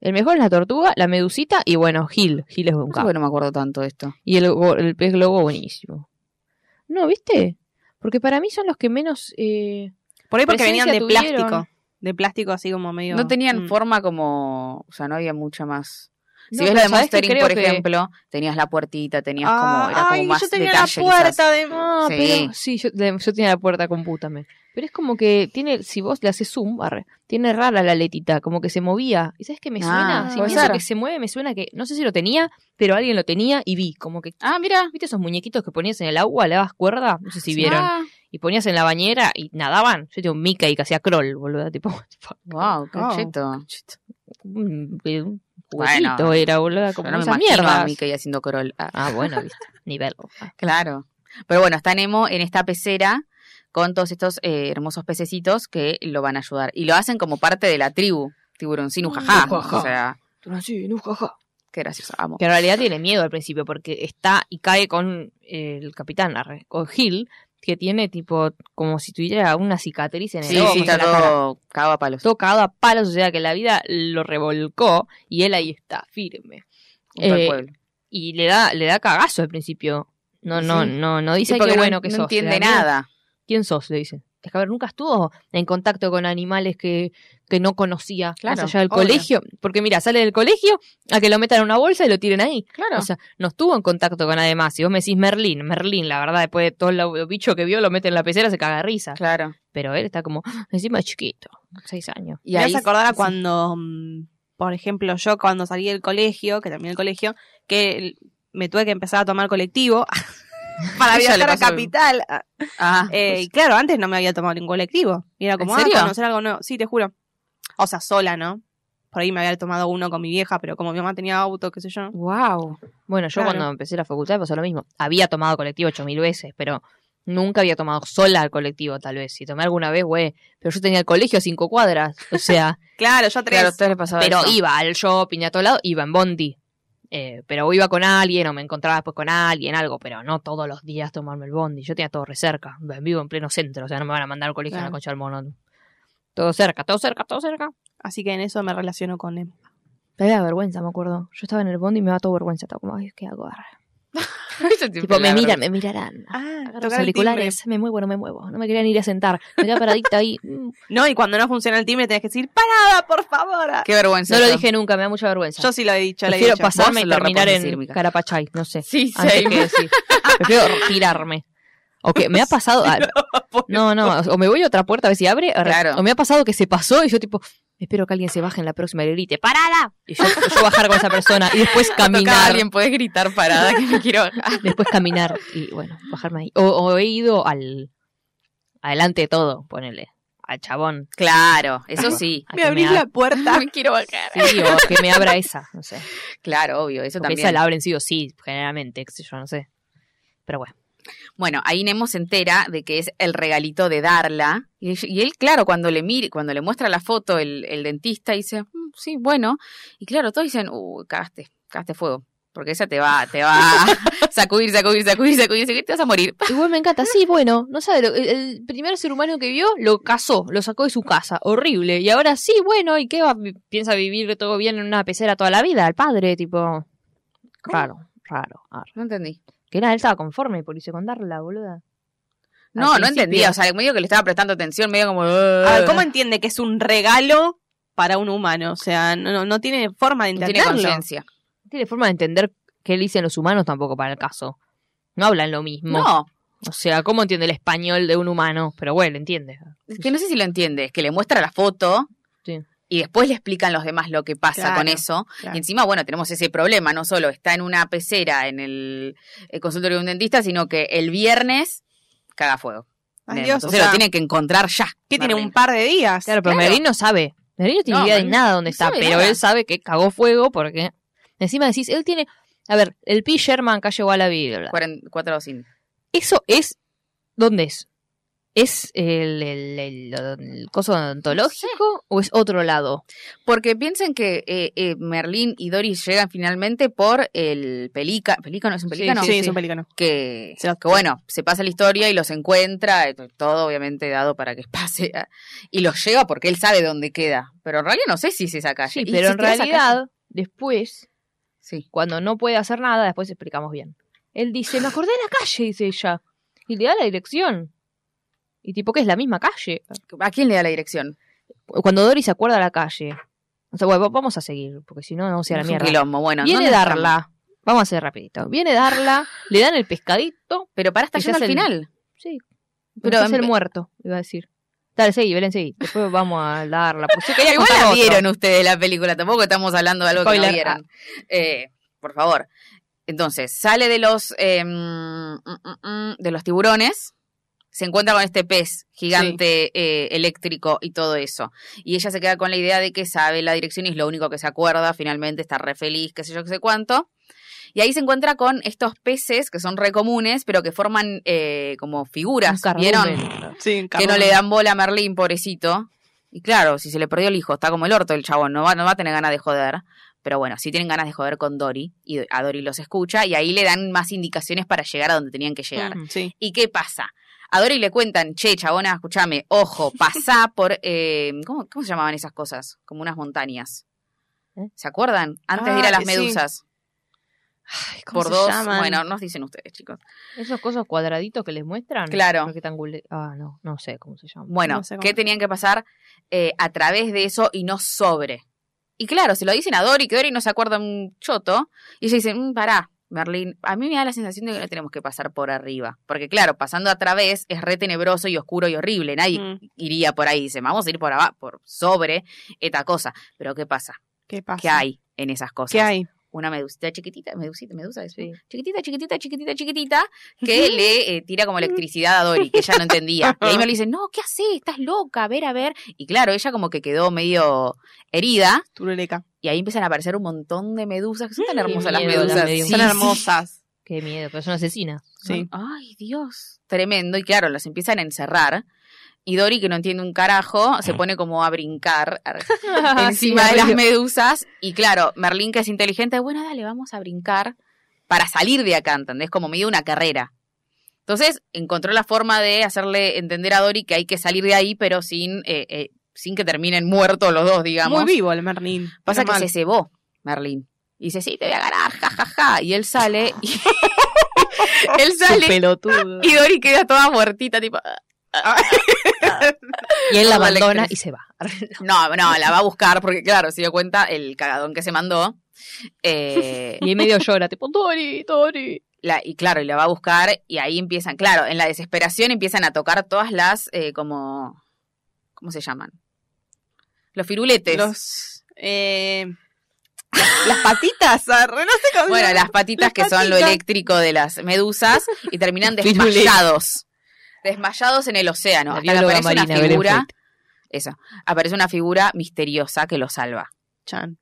Speaker 3: El mejor es la tortuga, la medusita y bueno, Gil. Gil es un
Speaker 1: No sé
Speaker 3: capo.
Speaker 1: por qué no me acuerdo tanto de esto.
Speaker 3: Y el, go- el pez globo buenísimo. No, ¿viste? Porque para mí son los que menos... eh,
Speaker 4: Por ahí porque
Speaker 3: Presencia
Speaker 4: venían de
Speaker 3: tuvieron.
Speaker 4: plástico. De plástico así como medio...
Speaker 1: No tenían
Speaker 4: Mm.
Speaker 1: forma como. O sea, no había mucha más. Si
Speaker 3: no,
Speaker 1: ves
Speaker 3: pero
Speaker 1: la de
Speaker 3: ¿sabés que
Speaker 1: Monstering,
Speaker 3: creo
Speaker 1: por
Speaker 3: que-
Speaker 1: ejemplo, tenías la puertita, tenías
Speaker 4: Ah,
Speaker 1: como. Era como
Speaker 4: ay,
Speaker 1: más
Speaker 4: yo tenía
Speaker 1: detalle,
Speaker 4: la puerta
Speaker 1: quizás.
Speaker 4: de...
Speaker 3: Ah,
Speaker 1: Sí.
Speaker 3: pero sí, yo, de- yo tenía la puerta con pútame. Pero es como que tiene, si vos le haces zoom, arre, tiene rara la letita, como que se movía. ¿Y sabes qué me
Speaker 1: Ah,
Speaker 3: suena? si
Speaker 1: puede
Speaker 3: pienso
Speaker 1: ser.
Speaker 3: que se mueve, me suena que, no sé si lo tenía, pero alguien lo tenía y vi, como que,
Speaker 1: Ah, mira.
Speaker 3: ¿viste esos muñequitos que ponías en el agua, le dabas cuerda? No sé si vieron.
Speaker 1: Ah,
Speaker 3: y ponías en la bañera y nadaban. Yo tenía un Mickey que hacía crawl, boludo. Tipo, (laughs) tipo,
Speaker 1: wow, qué
Speaker 4: Wow.
Speaker 1: cheto.
Speaker 3: un, un
Speaker 1: Bueno,
Speaker 3: juguetito eh, era, boludo.
Speaker 1: Yo
Speaker 3: Como
Speaker 1: no me
Speaker 3: esas
Speaker 1: imagino a
Speaker 3: mierdas.
Speaker 1: Mickey haciendo Corol. Ah.
Speaker 3: Ah, bueno, viste. (laughs)
Speaker 1: (laughs)
Speaker 3: Nivel.
Speaker 1: Claro. Pero bueno, está Nemo en esta pecera con todos estos eh, hermosos pececitos que lo van a ayudar. Y lo hacen como parte de la tribu, tiburoncino,
Speaker 3: Mm,
Speaker 1: jajá.
Speaker 3: Ujaja.
Speaker 1: O sea, qué gracioso, amo.
Speaker 3: Que en realidad tiene miedo al principio porque está y cae con eh, el capitán, arre, con Gil, que tiene tipo como si tuviera una cicatriz en el
Speaker 1: Sí,
Speaker 3: ojo,
Speaker 1: sí,
Speaker 3: en
Speaker 1: está
Speaker 3: la cara.
Speaker 1: todo cagado a palos.
Speaker 3: Todo cagado a palos, o sea que la vida lo revolcó y él ahí está, firme.
Speaker 1: junto al
Speaker 3: Eh,
Speaker 1: pueblo.
Speaker 3: y le da, le da cagazo al principio. No, no,
Speaker 1: Sí.
Speaker 3: no, no
Speaker 1: Sí,
Speaker 3: dice
Speaker 1: porque
Speaker 3: qué
Speaker 1: no-
Speaker 3: bueno que
Speaker 1: no
Speaker 3: sos. le
Speaker 1: entiende
Speaker 3: da miedo.
Speaker 1: nada.
Speaker 3: ¿Quién sos? Le dicen. Es que, a ver, nunca estuvo en contacto con animales que, que no conocía
Speaker 1: Claro,
Speaker 3: más allá del
Speaker 1: obvio.
Speaker 3: colegio. Porque mira, sale del colegio a que lo metan en una bolsa y lo tiren ahí.
Speaker 1: Claro.
Speaker 3: O sea, no estuvo en contacto con además. Si vos me decís Merlín, Merlín, la verdad, después de todo el bicho que vio, lo mete en la pecera, se caga de risa.
Speaker 1: claro.
Speaker 3: Pero él está como, "Ah, encima es chiquito, seis años.
Speaker 1: Y
Speaker 4: Y ahí
Speaker 1: ahí
Speaker 4: se acordar a
Speaker 1: sí.
Speaker 4: cuando, mm, por ejemplo, yo cuando salí del colegio, que terminé el colegio, que el- me tuve que empezar a tomar colectivo (laughs) para
Speaker 1: Ella le
Speaker 4: viajar a
Speaker 1: pasó-
Speaker 4: Capital.
Speaker 3: (laughs)
Speaker 1: Ah, (laughs)
Speaker 4: Eh, y claro, antes no me había tomado ningún colectivo. Y era como,
Speaker 1: ¿En
Speaker 4: ah,
Speaker 1: serio?
Speaker 4: conocer algo nuevo. Sí, te juro. O sea, sola, ¿no? Por ahí me había tomado uno con mi vieja, pero como mi mamá tenía auto, qué sé yo.
Speaker 1: wow.
Speaker 3: Bueno, yo
Speaker 4: Claro.
Speaker 3: cuando empecé la facultad pasó lo mismo. Había tomado colectivo ocho mil veces, pero Nunca había tomado sola al colectivo, tal vez. Si tomé alguna vez, güey. Pero yo tenía el colegio a cinco cuadras. O sea,
Speaker 4: Claro, yo tres.
Speaker 1: Claro, a ustedes les pasaba
Speaker 3: pero
Speaker 1: eso.
Speaker 3: iba al shopping y a todo lado, iba en Bondi. Eh, pero iba con alguien o me encontraba después con alguien, algo, pero no todos los días tomarme el Bondi. Yo tenía todo re cerca. Vivo en pleno centro, o sea, no me van a mandar al colegio en
Speaker 4: Claro.
Speaker 3: la concha del mono. Todo cerca, todo cerca, todo cerca.
Speaker 4: Así que en eso me relaciono con Em. él.
Speaker 3: Me da vergüenza, me acuerdo. Yo estaba en el bondi y me da todo vergüenza. Estaba como, ay, ¿qué hago ahora?
Speaker 1: Eso siempre
Speaker 3: Tipo,
Speaker 1: la
Speaker 3: me
Speaker 1: verdad.
Speaker 3: miran, me mirarán.
Speaker 4: Ah,
Speaker 3: Agarro los auriculares, me muevo, no me muevo. No me querían ir a sentar. Me quedaba paradita ahí. Mm.
Speaker 4: No, y cuando no funciona el timbre tenés que decir, parada, por favor.
Speaker 1: Qué vergüenza.
Speaker 3: No lo
Speaker 1: eso.
Speaker 3: dije nunca, me da mucha vergüenza.
Speaker 4: Yo sí lo he dicho, lo he
Speaker 3: Prefiero
Speaker 4: dicho.
Speaker 3: pasarme
Speaker 1: Vos
Speaker 3: y
Speaker 1: lo
Speaker 3: terminar
Speaker 1: repones,
Speaker 3: en
Speaker 1: Sírmica.
Speaker 3: Carapachay, no sé.
Speaker 1: Sí,
Speaker 3: Antes
Speaker 1: same.
Speaker 3: que
Speaker 1: (laughs)
Speaker 3: decir. Prefiero tirarme. O que me ha pasado.
Speaker 1: (laughs)
Speaker 3: ah, No, no, o me voy a otra puerta a ver si abre. o re-
Speaker 1: Claro.
Speaker 3: O me ha pasado que se pasó y yo, tipo, espero que alguien se baje en la próxima y le grite, ¡parada! Y yo, yo bajar con esa persona
Speaker 1: (laughs)
Speaker 3: y después
Speaker 1: Toca a
Speaker 3: caminar.
Speaker 1: alguien, podés gritar parada que me
Speaker 3: (laughs)
Speaker 1: quiero bajar.
Speaker 3: después caminar y bueno, bajarme ahí. O, o he ido al adelante de todo, ponele, al chabón.
Speaker 1: Claro, eso sí.
Speaker 3: a
Speaker 4: Me
Speaker 3: que
Speaker 4: abrís
Speaker 3: ab-
Speaker 4: la
Speaker 1: (laughs)
Speaker 4: puerta.
Speaker 1: Me quiero bajar.
Speaker 3: Sí, o que me abra esa,
Speaker 1: (laughs)
Speaker 3: no sé.
Speaker 1: Claro, obvio, eso
Speaker 3: Porque
Speaker 1: también.
Speaker 3: esa la abren sí o sí, generalmente, qué sé yo, no sé. Pero bueno,
Speaker 1: Bueno, ahí Nemo se entera de que es el regalito de Darla. Y, ella- y él, claro, cuando le mire, cuando le muestra la foto el, el dentista, dice, "Mm, sí, bueno. Y claro, todos dicen, uh, cagaste, cagaste fuego. Porque esa te va, te va a sacudir, sacudir, sacudir, sacudir, sacudir, te vas a morir.
Speaker 3: igual me encanta, sí, bueno, no sabe, lo- el, el primer ser humano que vio lo casó, lo sacó de su casa, horrible. Y ahora sí, bueno, ¿y qué va? Piensa vivir todo bien en una pecera toda la vida, el padre, tipo. Raro, raro, raro.
Speaker 1: No entendí.
Speaker 3: Que nada, él estaba conforme por irse con darla, boluda. Al
Speaker 1: No, no
Speaker 3: principio.
Speaker 1: entendía. O sea, medio que le estaba prestando atención, medio como... "Ugh".
Speaker 4: A ver, Ah, ¿cómo entiende que es un regalo para un humano? O sea, no, no- no tiene forma de
Speaker 1: No tiene
Speaker 4: entenderlo.
Speaker 1: conciencia.
Speaker 3: No tiene forma de entender qué le dicen los humanos tampoco para el caso. No hablan lo mismo.
Speaker 1: No,
Speaker 3: O sea, ¿cómo entiende el español de un humano? Pero bueno, entiende.
Speaker 1: es que no sé si lo entiende. Es que le muestra la foto
Speaker 3: Sí.
Speaker 1: y después le explican los demás lo que pasa
Speaker 4: Claro,
Speaker 1: con eso.
Speaker 4: Claro.
Speaker 1: Y encima, bueno, tenemos ese problema, no solo está en una pecera en el, el consultorio de un dentista, sino que el viernes caga fuego.
Speaker 4: Ay,
Speaker 1: Nemo.
Speaker 4: Dios,
Speaker 1: Entonces
Speaker 4: o sea,
Speaker 1: lo tienen que encontrar ya.
Speaker 4: ¿Qué tiene?
Speaker 1: Merlín.
Speaker 4: ¿Un par de días?
Speaker 3: Claro, pero
Speaker 1: claro.
Speaker 3: Merlín no sabe. Merlín no tiene
Speaker 1: No,
Speaker 3: idea de
Speaker 1: Merlín
Speaker 3: nada dónde
Speaker 1: no
Speaker 3: está,
Speaker 1: sabe
Speaker 3: pero
Speaker 1: nada.
Speaker 3: él sabe que cagó fuego porque. Encima decís, él tiene. A ver, el P. Sherman calle Wallaby. bla, bla.
Speaker 1: Cuaren- Cuatro o cinco.
Speaker 3: Eso es. ¿Dónde es? ¿Es el, el, el- el coso odontológico o es otro lado?
Speaker 1: Porque piensen que eh, eh, Merlín y Doris llegan finalmente por el pelícano. ¿Pelícano es un pelícano?
Speaker 4: Sí,
Speaker 3: Sí,
Speaker 4: es
Speaker 3: sí.
Speaker 4: un pelícano.
Speaker 1: Que,
Speaker 4: Se los-
Speaker 1: que bueno, se pasa la historia y los encuentra, eh, todo obviamente dado para que (laughs) pase. eh, Y los lleva porque él sabe dónde queda. Pero en realidad no sé si es esa calle.
Speaker 3: Sí,
Speaker 1: Y
Speaker 3: pero
Speaker 1: si
Speaker 3: en
Speaker 1: queda esa calle-
Speaker 3: realidad, después,
Speaker 1: Sí.
Speaker 3: cuando no puede hacer nada, después explicamos bien. Él dice, me acordé de la calle, dice ella. Y le da la dirección. Y tipo que es la misma calle.
Speaker 1: ¿A quién le da la dirección?
Speaker 3: Cuando Dory se acuerda de la calle. O sea, bueno, vamos a seguir, porque si no, vamos a ir a
Speaker 1: Es
Speaker 3: la
Speaker 1: un
Speaker 3: mierda.
Speaker 1: quilombo. Bueno,
Speaker 3: Viene
Speaker 1: ¿dónde estamos?
Speaker 3: Darla. Vamos a hacer rapidito. Viene Darla, le dan el pescadito.
Speaker 1: Pero para hasta
Speaker 3: Y ya
Speaker 1: yendo al
Speaker 3: es el-
Speaker 1: final.
Speaker 3: Sí,
Speaker 1: Pero
Speaker 3: pero es el
Speaker 1: en-
Speaker 3: muerto, iba a decir. Dale, seguí, Belén, seguí. Después vamos a Darla. Porque yo quería
Speaker 1: Igual
Speaker 3: contar
Speaker 1: la
Speaker 3: otro.
Speaker 1: vieron ustedes la película, tampoco estamos hablando de algo que no
Speaker 3: Spoiler. Ah.
Speaker 1: vieron. Eh, por favor. Entonces, sale de los eh, mm, mm, mm, de los tiburones, se encuentra con este pez gigante eh, eléctrico y todo eso. Y ella se queda con la idea de que sabe la dirección y es lo único que se acuerda, finalmente está re feliz, qué sé yo, qué sé cuánto. Y ahí se encuentra con estos peces que son re comunes, pero que forman eh, como (laughs)
Speaker 3: Un
Speaker 1: figuras,
Speaker 3: cardumen.
Speaker 1: ¿vieron?
Speaker 4: Sí,
Speaker 1: que no le dan bola a Merlín, pobrecito. Y claro, si se le perdió el hijo, está como el orto el chabón, no va, no va a tener ganas de joder. Pero bueno, sí tienen ganas de joder con Dory, y a Dory los escucha, y ahí le dan más indicaciones para llegar a donde tenían que llegar.
Speaker 4: Mm, Sí.
Speaker 1: ¿Y qué pasa? A Dory le cuentan, che, chabona, escúchame, ojo, pasá por. eh, ¿cómo, cómo se llamaban esas cosas? Como unas montañas.
Speaker 3: ¿Eh?
Speaker 1: ¿Se acuerdan? Antes de
Speaker 4: Ah,
Speaker 1: ir a las
Speaker 4: sí.
Speaker 1: medusas.
Speaker 4: Ay, ¿cómo
Speaker 1: Por
Speaker 4: se
Speaker 1: dos.
Speaker 4: llaman?
Speaker 1: Bueno, nos dicen ustedes, chicos.
Speaker 3: Esos cosas cuadraditos que les muestran.
Speaker 1: Claro.
Speaker 3: Los que están gule- Ah, no, no sé cómo se llama.
Speaker 1: Bueno,
Speaker 4: No sé cómo
Speaker 1: que
Speaker 4: se
Speaker 1: tenían que pasar eh, a través de eso y no sobre. Y claro, se lo dicen a Dory, que Dory no se acuerda un choto, y ella dice, "Mm, pará, Merlín, a mí me da la sensación de que no tenemos que pasar por arriba. Porque claro, pasando a través es re tenebroso y oscuro y horrible, nadie
Speaker 4: Mm,
Speaker 1: iría por ahí, dice, vamos a ir por abajo, por sobre esta cosa. Pero ¿qué pasa?
Speaker 4: ¿Qué pasa?
Speaker 1: ¿Qué hay en esas cosas?
Speaker 4: ¿Qué hay?
Speaker 1: Una medusita chiquitita, medusita, medusa, eso.
Speaker 3: Sí.
Speaker 1: chiquitita, chiquitita, chiquitita, chiquitita, que le eh, tira como electricidad a Dory, que ella no entendía. Y ahí me le dice, no, ¿qué haces? Estás loca, a ver, a ver. Y claro, ella como que quedó medio herida,
Speaker 4: Turuleca.
Speaker 1: y ahí empiezan a aparecer un montón de medusas, que son tan
Speaker 3: Qué
Speaker 1: hermosas las
Speaker 3: miedo las
Speaker 1: medusas.
Speaker 3: medusas.
Speaker 1: Sí,
Speaker 4: Son
Speaker 1: sí.
Speaker 4: hermosas.
Speaker 3: Qué miedo, pero es una asesina. (laughs)
Speaker 4: Sí.
Speaker 1: Ay, Dios. Tremendo. Y claro, las empiezan a encerrar. Y Dory, que no entiende un carajo, se pone como a brincar encima de las medusas. Y claro, Merlín, que es inteligente, bueno, dale, vamos a brincar para salir de acá, ¿entendés? Como medio una carrera. Entonces, encontró la forma de hacerle entender a Dory que hay que salir de ahí, pero sin, eh, eh, sin que terminen muertos los dos, digamos.
Speaker 4: Muy vivo el Merlin.
Speaker 1: Pasa que
Speaker 4: Menos
Speaker 1: se
Speaker 4: mal.
Speaker 1: cebó Merlín. Y dice, sí, te voy a ganar, jajaja. Y él sale.
Speaker 3: (laughs)
Speaker 1: Y... (laughs) él
Speaker 3: Su
Speaker 1: sale.
Speaker 3: pelotudo.
Speaker 1: (laughs) Y Dory queda toda muertita, tipo. (laughs) "Ah".
Speaker 3: (laughs) Y él la
Speaker 1: Todo
Speaker 3: abandona
Speaker 1: electric-
Speaker 3: y se va. (laughs)
Speaker 1: No, no, la va a buscar porque, claro, se dio cuenta el cagadón que se mandó. Eh,
Speaker 3: Y ahí medio llora, tipo, Tori, Tori.
Speaker 1: la- y claro, y la va a buscar y ahí empiezan, claro, en la desesperación empiezan a tocar todas las, eh, como, ¿cómo se llaman? Los firuletes.
Speaker 4: Los. eh, las patitas, (laughs) arre, no sé cómo se
Speaker 1: bueno,
Speaker 4: llama.
Speaker 1: las patitas
Speaker 4: Las
Speaker 1: que son lo
Speaker 4: patitas.
Speaker 1: eléctrico de las medusas y
Speaker 3: (laughs)
Speaker 1: terminan
Speaker 3: Firuletes.
Speaker 1: desmayados. Desmayados en el océano.
Speaker 3: La
Speaker 1: Hasta que
Speaker 3: bióloga
Speaker 1: aparece
Speaker 3: marina,
Speaker 1: una
Speaker 3: Belén
Speaker 1: figura,
Speaker 3: Freight.
Speaker 1: eso, aparece una figura misteriosa que lo salva.
Speaker 4: Chan.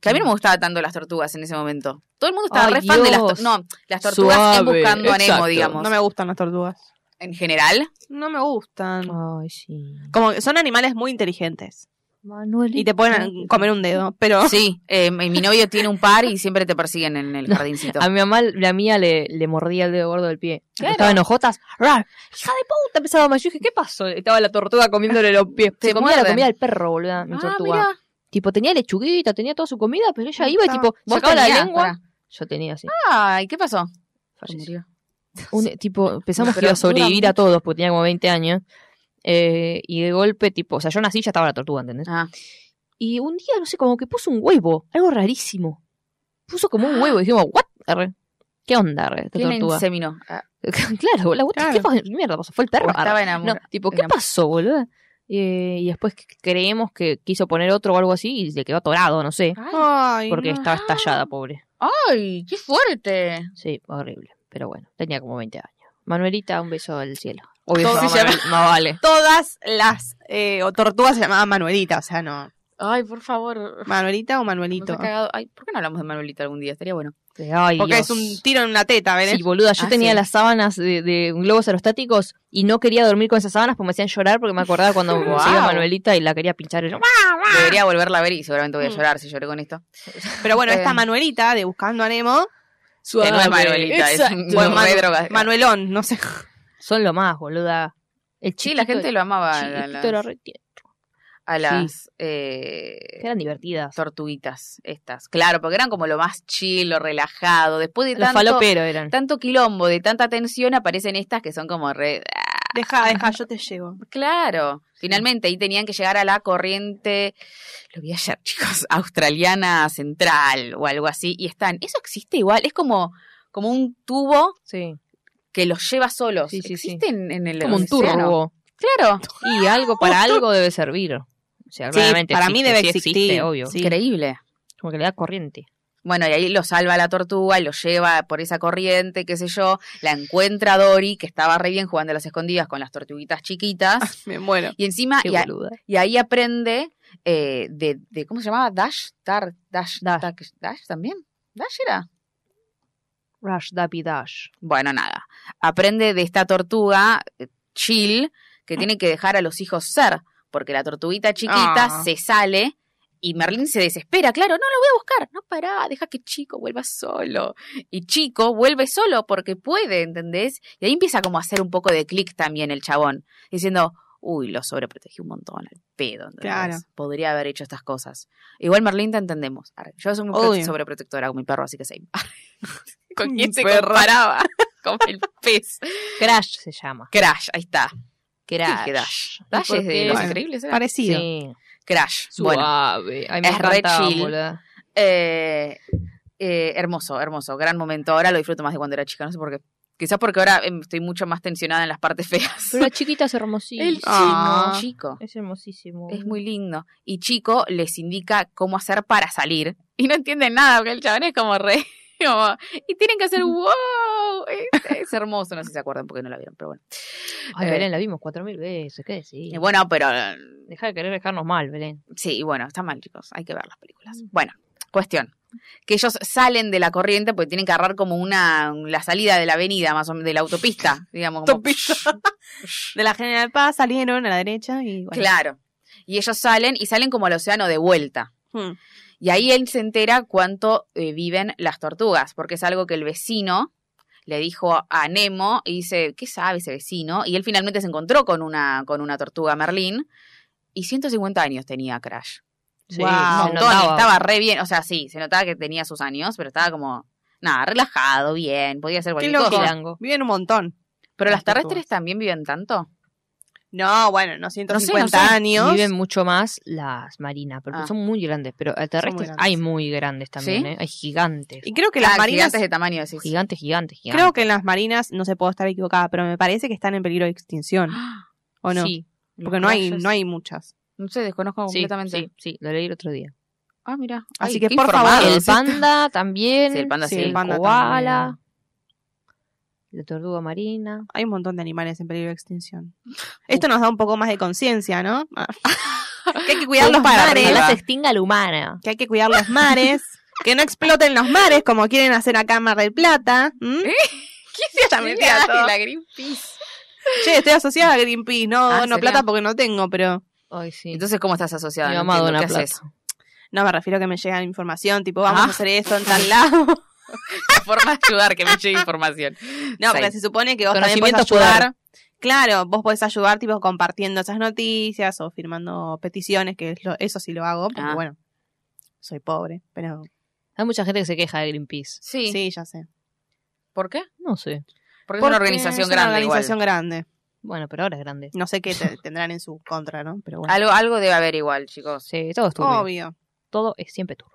Speaker 1: Que a mí no me gustaban tanto las tortugas en ese momento. Todo el mundo estaba
Speaker 3: Mm. Ay,
Speaker 1: re fan de las
Speaker 3: Dios.
Speaker 1: tortugas. No, las tortugas en
Speaker 3: Suave,
Speaker 1: buscando a Nemo,
Speaker 3: exacto.
Speaker 1: digamos.
Speaker 4: No me gustan las tortugas.
Speaker 1: En general.
Speaker 4: No me gustan.
Speaker 3: Ay, sí.
Speaker 4: Como que son animales muy inteligentes.
Speaker 3: Manuel.
Speaker 4: Y te pueden comer un dedo,
Speaker 3: Ah.
Speaker 4: pero.
Speaker 1: Sí, eh, mi mi novio tiene un par y siempre te persiguen en el jardincito.
Speaker 3: A mi mamá, la mía, le, le mordía el dedo gordo del pie.
Speaker 1: Claro.
Speaker 3: Estaba en hojotas. ¡Rar! ¡Hija de puta! Empezaba más. Yo dije, ¿qué pasó? Estaba la tortuga comiéndole los pies.
Speaker 1: Te
Speaker 3: Se comía la
Speaker 1: muerden.
Speaker 3: comida del perro, boluda, mi
Speaker 1: Ah,
Speaker 3: tortuga.
Speaker 1: mirá.
Speaker 3: Tipo, tenía lechuguita, tenía toda su comida, pero ella iba y
Speaker 4: Estaba-
Speaker 3: tipo,
Speaker 1: Vos
Speaker 3: sacaba la
Speaker 1: tenías,
Speaker 3: lengua.
Speaker 1: pará. Ah,
Speaker 3: Yo tenía así.
Speaker 1: Ay, ¿qué pasó?
Speaker 3: falleció.
Speaker 1: Murió.
Speaker 3: Un- tipo, pensamos que
Speaker 1: Pero
Speaker 3: iba a sobrevivir
Speaker 1: dura
Speaker 3: a todos, porque tenía como 20 años. Eh, y de golpe, tipo, o sea, yo nací y ya estaba la tortuga, ¿entendés?
Speaker 1: Ah.
Speaker 3: Y un día, no sé, como que puso un huevo, algo rarísimo. Puso como un huevo y dijimos, ¿what? Arre, ¿Qué onda, arre, esta
Speaker 1: ¿Quién la
Speaker 3: tortuga?
Speaker 1: inseminó? Ah,
Speaker 3: (laughs) claro, la puta, ¿qué pasó? mierda pasó? ¿Fue el perro?
Speaker 1: o
Speaker 3: Arre.
Speaker 1: estaba
Speaker 3: No,
Speaker 1: enamorada.
Speaker 3: tipo, ¿qué
Speaker 1: Enamor-
Speaker 3: pasó, boludo? Eh, y después que- creemos que quiso poner otro o algo así y se quedó atorado, no sé.
Speaker 4: Ay,
Speaker 3: Porque
Speaker 4: no.
Speaker 3: estaba estallada, pobre.
Speaker 1: Ay, qué fuerte.
Speaker 3: Sí, horrible. Pero bueno, tenía como 20 años. Manuelita, un beso al cielo.
Speaker 1: Todo se
Speaker 3: no,
Speaker 1: llama-
Speaker 3: Manuel- no vale.
Speaker 4: Todas las eh, o tortugas se llamaban Manuelita, o sea, no.
Speaker 1: Ay, por favor.
Speaker 4: Manuelita o
Speaker 1: Nos
Speaker 4: Manuelito.
Speaker 1: ha cagado. Ay, ¿por qué no hablamos de Manuelita algún día? Estaría bueno.
Speaker 3: Ay,
Speaker 4: Porque
Speaker 3: Dios.
Speaker 4: es un tiro en una teta, ¿ves?
Speaker 3: Sí, boluda, yo
Speaker 1: Ah,
Speaker 3: tenía
Speaker 1: sí.
Speaker 3: las sábanas de, de globos aerostáticos y no quería dormir con esas sábanas porque me hacían llorar porque me acordaba
Speaker 1: (laughs)
Speaker 3: cuando
Speaker 1: Guau.
Speaker 3: conseguí a Manuelita y la quería pinchar. Y yo,
Speaker 1: Debería volverla a ver y seguramente voy a
Speaker 4: Mm.
Speaker 1: llorar si lloré con esto.
Speaker 4: Pero bueno, esta
Speaker 1: Eh.
Speaker 4: Manuelita de Buscando a Nemo,
Speaker 1: Que no es Manuelita, es un
Speaker 4: Bueno,
Speaker 1: buen
Speaker 4: Manu-
Speaker 1: droga.
Speaker 4: Manuelón, no sé. (laughs)
Speaker 3: Son lo más, boluda. El
Speaker 1: Sí, la
Speaker 3: chiquito-
Speaker 1: gente lo amaba.
Speaker 3: el
Speaker 1: la-
Speaker 3: chiquito era
Speaker 1: las-
Speaker 3: re tierno,
Speaker 1: a las eh,
Speaker 3: que eran divertidas.
Speaker 1: tortuguitas estas. Claro, porque eran como lo más chilo, relajado. Después de
Speaker 3: Los
Speaker 1: tanto,
Speaker 3: faloperos eran.
Speaker 1: tanto quilombo, de tanta tensión, aparecen estas que son como re... ah,
Speaker 4: Deja, deja, yo te llevo.
Speaker 1: Claro. Finalmente, ahí tenían que llegar a la corriente, lo vi ayer, (laughs) chicos, australiana central o algo así. Y están, eso existe igual, es como, como un tubo
Speaker 3: Sí.
Speaker 1: que los lleva solos.
Speaker 3: Sí, sí, sí.
Speaker 1: Existe en, en el
Speaker 3: Como un
Speaker 1: océano.
Speaker 3: turbo.
Speaker 1: Claro.
Speaker 3: Y algo para algo debe servir. O sea,
Speaker 4: Sí,
Speaker 3: claramente
Speaker 4: para mí
Speaker 3: existe,
Speaker 4: debe
Speaker 3: sí
Speaker 4: existir.
Speaker 3: existe, obvio.
Speaker 4: Sí.
Speaker 1: Increíble.
Speaker 3: Como que le da corriente.
Speaker 1: Bueno, y ahí lo salva la tortuga y lo lleva por esa corriente, qué sé yo. La encuentra Dory, que estaba re bien jugando a las escondidas con las tortuguitas chiquitas.
Speaker 4: Me muero.
Speaker 1: Y encima,
Speaker 3: Ah, Qué
Speaker 1: Ah, y, a-
Speaker 3: boluda.
Speaker 1: y ahí aprende eh, de, de- ¿cómo se llamaba? Dash, Tar, Dash,
Speaker 3: Dash.
Speaker 1: Tac- Dash también. Dash era.
Speaker 3: Rush, Dappy Dash.
Speaker 1: Bueno, nada. Aprende de esta tortuga, eh, Chill, que tiene que dejar a los hijos ser, porque la tortuguita chiquita
Speaker 4: Ah.
Speaker 1: se sale y Merlín se desespera, claro, no lo voy a buscar, no pará, deja que Chico vuelva solo. Y Chico vuelve solo porque puede, ¿entendés? Y ahí empieza como a hacer un poco de clic también el chabón, diciendo, uy, lo sobreprotegí un montón, al pedo, ¿entendés?
Speaker 4: Claro.
Speaker 1: Podría haber hecho estas cosas. Igual Merlín te entendemos. Arre, Yo soy muy pro-
Speaker 4: Obvio.
Speaker 1: sobreprotectora con mi perro, así que sí. ¿Con
Speaker 4: Mi
Speaker 1: quién se
Speaker 4: perro.
Speaker 1: comparaba? Con el pez.
Speaker 3: Crash se llama.
Speaker 1: Crash, ahí está.
Speaker 3: Crash.
Speaker 1: que Dash.
Speaker 3: ¿Y
Speaker 1: Dash
Speaker 3: por
Speaker 1: es de
Speaker 3: qué?
Speaker 1: Los
Speaker 4: Bueno,
Speaker 1: Increíbles, ¿era?
Speaker 4: Parecido.
Speaker 3: Sí.
Speaker 1: Crash. Bueno,
Speaker 3: Suave. Ay, me
Speaker 1: Es re
Speaker 3: encantaba,
Speaker 1: chill.
Speaker 3: boluda.
Speaker 1: eh, eh, hermoso, hermoso. Gran momento. Ahora lo disfruto más de cuando era chica, no sé por qué. Quizás porque ahora em, estoy mucho más tensionada en las partes feas. (laughs)
Speaker 3: Pero la chiquita es hermosísima.
Speaker 1: El chico.
Speaker 4: Ah.
Speaker 1: chico.
Speaker 3: Es hermosísimo.
Speaker 1: Es muy lindo. Y Chico les indica cómo hacer para salir. Y no entienden nada, porque el chabón es como re. (laughs) como- y tienen que hacer wow. Es, es hermoso. No sé si se acuerdan porque no la vieron, pero bueno.
Speaker 3: Ay,
Speaker 1: Eh.
Speaker 3: Belén, la vimos cuatro mil veces. ¿Qué decís?
Speaker 1: Y bueno, pero eh,
Speaker 3: Deja de querer dejarnos mal, Belén.
Speaker 1: sí, y bueno, está mal, chicos. Hay que ver las películas. Bueno, Cuestión. Que ellos salen de la corriente porque tienen que agarrar como una la salida de la avenida, más o menos, de la autopista, digamos. como-
Speaker 4: (laughs) De la General Paz salieron a la derecha y bueno.
Speaker 1: Claro. Y ellos salen y salen como al océano de vuelta.
Speaker 4: Hmm.
Speaker 1: Y ahí él se entera cuánto eh, viven las tortugas, porque es algo que el vecino le dijo a Nemo y dice, ¿qué sabe ese vecino? Y él finalmente se encontró con una, con una tortuga Merlín y 150 años tenía Crash.
Speaker 3: Sí,
Speaker 4: Wow.
Speaker 3: se
Speaker 1: Un montón, y
Speaker 3: notaba.
Speaker 1: estaba re bien, o sea, sí, se notaba que tenía sus años, pero estaba como, nada, relajado, bien, podía hacer cualquier
Speaker 4: loco.
Speaker 1: cosa.
Speaker 3: Chilango.
Speaker 4: Viven un montón.
Speaker 1: Pero las
Speaker 4: Las tortugas.
Speaker 1: terrestres también viven tanto.
Speaker 4: No, bueno, no
Speaker 1: no
Speaker 4: 150
Speaker 1: sé.
Speaker 4: años.
Speaker 3: Viven mucho más las marinas, porque
Speaker 1: Ah.
Speaker 3: son muy grandes, pero eh, terrestres
Speaker 4: grandes.
Speaker 3: hay muy grandes también,
Speaker 1: ¿Sí?
Speaker 3: ¿eh? hay gigantes.
Speaker 4: Y creo que
Speaker 1: Ah,
Speaker 4: las marinas
Speaker 1: gigantes de tamaño, decís.
Speaker 3: Gigantes, gigantes, gigantes.
Speaker 4: creo que en las marinas no se puedo estar equivocada, pero me parece que están en peligro de extinción o no?
Speaker 3: Sí,
Speaker 4: Porque no hay no hay muchas.
Speaker 1: ¡Ah! No sé, desconozco
Speaker 3: sí,
Speaker 1: completamente.
Speaker 3: sí, sí, lo leí el otro día.
Speaker 1: Ah, mira.
Speaker 4: Así
Speaker 1: Ay,
Speaker 4: que,
Speaker 1: qué
Speaker 4: por favor,
Speaker 1: informado.
Speaker 4: Ah,
Speaker 3: el panda también.
Speaker 1: Sí, el panda
Speaker 4: sí,
Speaker 1: sí.
Speaker 4: el panda
Speaker 3: koala. La tortuga marina.
Speaker 4: Hay un montón de animales en peligro de extinción. Esto nos da un poco más de conciencia, ¿no? Ah,
Speaker 1: Que hay que cuidar los
Speaker 4: Para
Speaker 1: mares.
Speaker 3: Ojalá
Speaker 4: arriba.
Speaker 3: se extinga la humana.
Speaker 4: Que hay que cuidar
Speaker 1: (laughs)
Speaker 4: los mares, que no exploten los mares como quieren hacer acá en Mar del Plata. ¿m?
Speaker 1: ¿Eh? ¿Qué se
Speaker 4: Ya me metí a todo.
Speaker 1: la Greenpeace.
Speaker 4: Che, estoy asociada a Greenpeace, no
Speaker 1: Ah,
Speaker 4: dono
Speaker 1: ¿será?
Speaker 4: plata porque no tengo, pero
Speaker 3: Ay, sí.
Speaker 1: Entonces, ¿cómo estás asociada?
Speaker 3: Mi
Speaker 1: No
Speaker 3: mamá
Speaker 1: entiendo,
Speaker 3: dona
Speaker 1: ¿qué
Speaker 3: plata.
Speaker 1: haces?
Speaker 4: no me refiero a que me llega información, tipo, vamos
Speaker 1: Ah.
Speaker 4: a hacer esto en
Speaker 1: (laughs)
Speaker 4: tal lado.
Speaker 1: La forma de ayudar, que me llegue información.
Speaker 4: No,
Speaker 1: Sí.
Speaker 4: pero se supone que vos también podés
Speaker 3: Conocimiento es
Speaker 4: ayudar. Claro, vos podés ayudar, tipo, compartiendo esas noticias o firmando peticiones, que es lo- eso sí lo hago, porque
Speaker 1: Ah.
Speaker 4: bueno, soy pobre, pero
Speaker 3: Hay mucha gente que se queja de Greenpeace.
Speaker 1: Sí.
Speaker 4: sí, ya sé.
Speaker 1: ¿por qué?
Speaker 3: No sé.
Speaker 1: Porque, es
Speaker 4: Porque
Speaker 1: una organización
Speaker 4: es una
Speaker 1: grande
Speaker 4: organización
Speaker 1: igual.
Speaker 4: grande.
Speaker 3: Bueno, pero ahora es grande.
Speaker 4: No sé qué te- tendrán en su contra, ¿no? Pero bueno.
Speaker 1: Algo, algo debe haber igual, chicos.
Speaker 3: Sí, todo es turbio.
Speaker 4: Obvio.
Speaker 3: Todo es siempre turbio.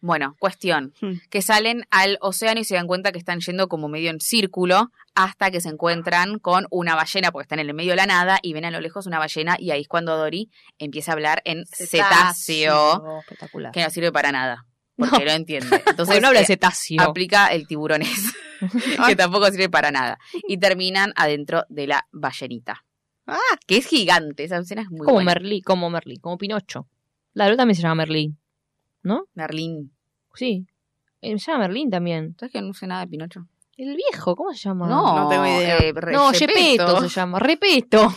Speaker 1: Bueno, cuestión.
Speaker 4: Hmm.
Speaker 1: Que salen al océano y se dan cuenta que están yendo como medio en círculo hasta que se encuentran con una ballena, porque están en el medio de la nada y ven a lo lejos una ballena y ahí es cuando Dory empieza a hablar en cetáceo,
Speaker 3: Espectacular.
Speaker 1: que no sirve para nada, porque no, entiende. Entonces (laughs)
Speaker 3: Porque no habla de
Speaker 1: eh,
Speaker 3: cetáceo.
Speaker 1: aplica el tiburones,
Speaker 3: (laughs)
Speaker 1: que tampoco sirve para nada. Y terminan adentro de la ballenita.
Speaker 4: Ah.
Speaker 1: Que es gigante, esa escena es muy
Speaker 3: como
Speaker 1: buena.
Speaker 3: Merlí, como Merlí, como Pinocho. La verdad también se llama Merlí.
Speaker 1: Merlín.
Speaker 3: Sí. Eh, Se llama Merlín también.
Speaker 1: ¿Sabes que no sé nada de Pinocho?
Speaker 3: El viejo, ¿cómo se llama?
Speaker 1: No,
Speaker 4: no tengo idea.
Speaker 1: eh,
Speaker 3: no,
Speaker 1: Gepetto.
Speaker 3: Gepetto se llama.
Speaker 1: (laughs)
Speaker 3: Repeto.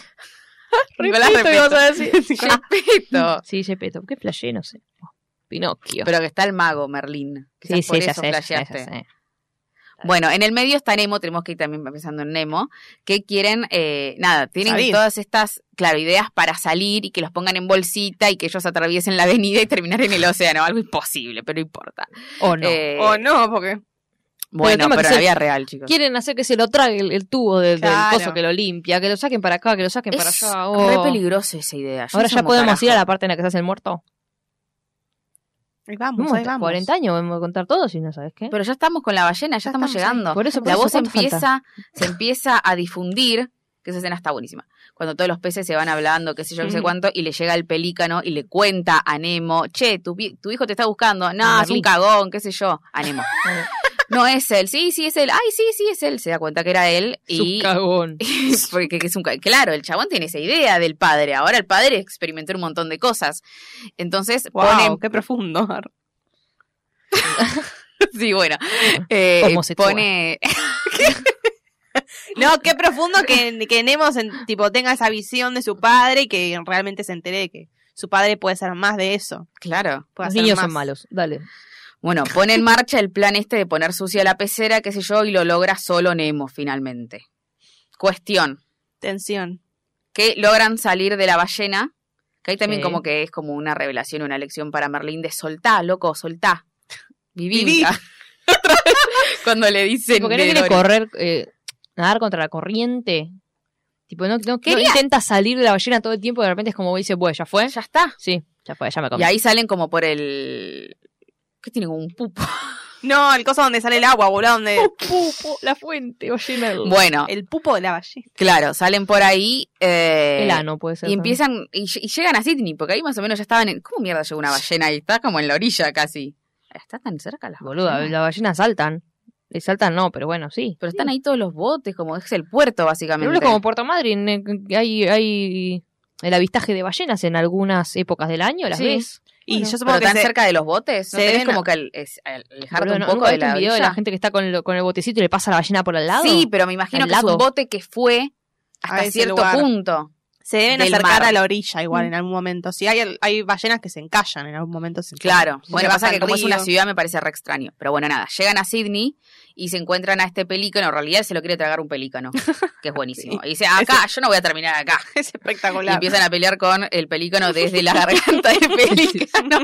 Speaker 1: Nicolás
Speaker 3: Repeto, ibas a
Speaker 1: Repetto. (laughs) Gepetto.
Speaker 3: Sí, Gepetto. ¿Qué flashé? No sé. Oh, Pinocchio.
Speaker 1: Pero que está el mago Merlín. Quizás
Speaker 3: sí,
Speaker 1: por
Speaker 3: sí, ya
Speaker 1: eso
Speaker 3: sé, ya sé, ya
Speaker 1: flasheaste.
Speaker 3: sé.
Speaker 1: Bueno, en el medio está Nemo, tenemos que ir también pensando en Nemo, que quieren, eh, nada, tienen
Speaker 4: Salir.
Speaker 1: todas estas, claro, ideas para salir y que los pongan en bolsita y que ellos atraviesen la avenida y terminar en el océano, algo imposible, pero no importa.
Speaker 3: O no.
Speaker 1: Eh,
Speaker 4: O Oh, no, porque.
Speaker 1: bueno,
Speaker 3: tema
Speaker 1: pero,
Speaker 3: que
Speaker 1: en la
Speaker 3: se-
Speaker 1: vida real, chicos.
Speaker 3: Quieren hacer que se lo trague el, el tubo del, del
Speaker 4: Claro.
Speaker 3: coso que lo limpia, que lo saquen para acá, que lo saquen para allá.
Speaker 1: Es
Speaker 3: oh.
Speaker 1: re peligroso esa idea. Yo
Speaker 3: Ahora
Speaker 1: no sé
Speaker 3: ya
Speaker 1: cómo
Speaker 3: podemos
Speaker 1: carajo.
Speaker 3: ir a la parte en la que se hace el muerto.
Speaker 4: Ahí Vamos,
Speaker 3: Vamos,
Speaker 4: ahí vamos.
Speaker 3: 40 años vamos a contar todo si no sabes qué.
Speaker 1: Pero ya estamos con la ballena, ya, estamos,
Speaker 4: estamos ahí.
Speaker 1: llegando.
Speaker 3: por eso, por
Speaker 1: la
Speaker 3: eso,
Speaker 1: voz
Speaker 3: ¿cuánto falta?
Speaker 1: empieza,
Speaker 3: (laughs)
Speaker 1: se empieza a difundir, que esa escena está buenísima. Cuando todos los peces se van hablando, qué sé yo, qué
Speaker 3: Mm.
Speaker 1: sé
Speaker 4: Ujú.
Speaker 1: cuánto, y le llega el pelícano y le cuenta a Nemo, che, tu, vi- tu hijo te está buscando, no,
Speaker 3: A
Speaker 1: es un
Speaker 3: Merlín.
Speaker 1: cagón, qué sé yo, a
Speaker 3: (laughs)
Speaker 1: Nemo.
Speaker 3: Bueno.
Speaker 1: No es él, sí, sí, es él, ay, sí, sí, es él, se da cuenta que era él y...
Speaker 3: Su cagón.
Speaker 1: (laughs) Porque que es un ca- claro, el chabón tiene esa idea del padre. Ahora el padre experimentó un montón de cosas. Entonces
Speaker 4: Wow,
Speaker 1: pone
Speaker 4: qué profundo.
Speaker 1: (laughs) sí,
Speaker 3: (laughs)
Speaker 1: bueno, eh,
Speaker 3: Homosexual.
Speaker 1: pone (laughs)
Speaker 4: No, qué profundo que, que Nemo se- tipo, tenga esa visión de su padre y que realmente se entere de que su padre puede ser más de eso.
Speaker 1: claro.
Speaker 4: puede
Speaker 3: Los
Speaker 4: hacer
Speaker 3: niños
Speaker 4: más.
Speaker 3: son malos.
Speaker 1: (laughs)
Speaker 3: Dale. (laughs)
Speaker 1: Bueno, pone en marcha el plan este de poner sucia la pecera, qué sé yo, y lo logra solo Nemo finalmente. Cuestión,
Speaker 4: Tensión.
Speaker 1: que logran salir de la ballena, que ahí también
Speaker 3: Sí.
Speaker 1: como que es como una revelación, una lección para Merlín de soltá, loco, soltá. Viví. (laughs)
Speaker 4: Viví.
Speaker 1: Cuando le dicen
Speaker 3: Porque no
Speaker 1: de
Speaker 3: quiere
Speaker 1: Dory.
Speaker 3: correr, eh, nadar contra la corriente. Tipo, no, no- no
Speaker 1: Quería-
Speaker 3: intenta salir de la ballena todo el tiempo y de repente es como dice, bueno, ya fue.
Speaker 1: ya está.
Speaker 3: Sí, ya fue, ya me comí.
Speaker 1: Y ahí salen como por el... ¿Qué tiene? Como Un pupo.
Speaker 4: No, el coso donde sale el agua,
Speaker 1: (laughs)
Speaker 4: boludo, donde.
Speaker 3: pupo, la fuente, oye,
Speaker 1: Bueno,
Speaker 3: Eh,
Speaker 4: El pupo de la ballena.
Speaker 1: claro, salen por ahí. eh,
Speaker 3: El ano puede ser.
Speaker 1: Y
Speaker 3: también.
Speaker 1: empiezan, y, ll- y llegan a Sydney, porque ahí más o menos ya estaban en. ¿Cómo mierda llegó una ballena ahí? Está como en la orilla casi. Está tan cerca las
Speaker 3: Boluda,
Speaker 1: ballenas.
Speaker 3: las ballenas saltan. Eh, Saltan no, pero bueno, sí.
Speaker 1: Pero están ahí todos los botes, como es el puerto,
Speaker 3: Pero
Speaker 1: básicamente.
Speaker 3: es como Puerto Madryn, eh, que hay, hay el avistaje de ballenas en algunas épocas del año, las
Speaker 1: Sí.
Speaker 3: ves.
Speaker 4: Y
Speaker 3: Bueno,
Speaker 4: yo
Speaker 1: Pero
Speaker 4: supongo que
Speaker 1: tan
Speaker 4: se-
Speaker 1: cerca de los botes, ¿no
Speaker 4: se
Speaker 1: tenés
Speaker 4: deben-
Speaker 1: como que al- es- alejarte
Speaker 3: Boludo,
Speaker 1: un
Speaker 3: ¿no-
Speaker 1: poco
Speaker 3: nunca
Speaker 1: de
Speaker 3: viste
Speaker 1: la
Speaker 3: un video de la
Speaker 1: orilla?
Speaker 3: gente que está con, lo- con el botecito y le pasa la ballena por al lado?
Speaker 1: Sí, pero me imagino
Speaker 3: Al
Speaker 1: que es un
Speaker 3: lado.
Speaker 1: bote que fue
Speaker 4: A
Speaker 1: hasta
Speaker 4: ese
Speaker 1: cierto
Speaker 4: lugar.
Speaker 1: punto.
Speaker 4: se deben
Speaker 1: del
Speaker 4: acercar
Speaker 1: mar. Mm.
Speaker 4: a la orilla igual en algún momento. Si hay, hay ballenas que se encallan en algún momento. se-
Speaker 1: Claro.
Speaker 4: se
Speaker 1: Bueno,
Speaker 4: pasa
Speaker 1: pasa que
Speaker 4: el
Speaker 1: como es una
Speaker 4: río.
Speaker 1: ciudad me parece re extraño. Pero bueno, nada, llegan a Sydney y se encuentran a este pelícano. En realidad él se lo quiere tragar un
Speaker 3: (laughs)
Speaker 1: pelícano, que es buenísimo. Y dice, "Ah, acá, yo no voy a terminar acá.
Speaker 4: Es
Speaker 1: Y
Speaker 4: espectacular.
Speaker 1: empiezan a pelear con el pelícano desde
Speaker 3: (laughs)
Speaker 1: la garganta del pelícano.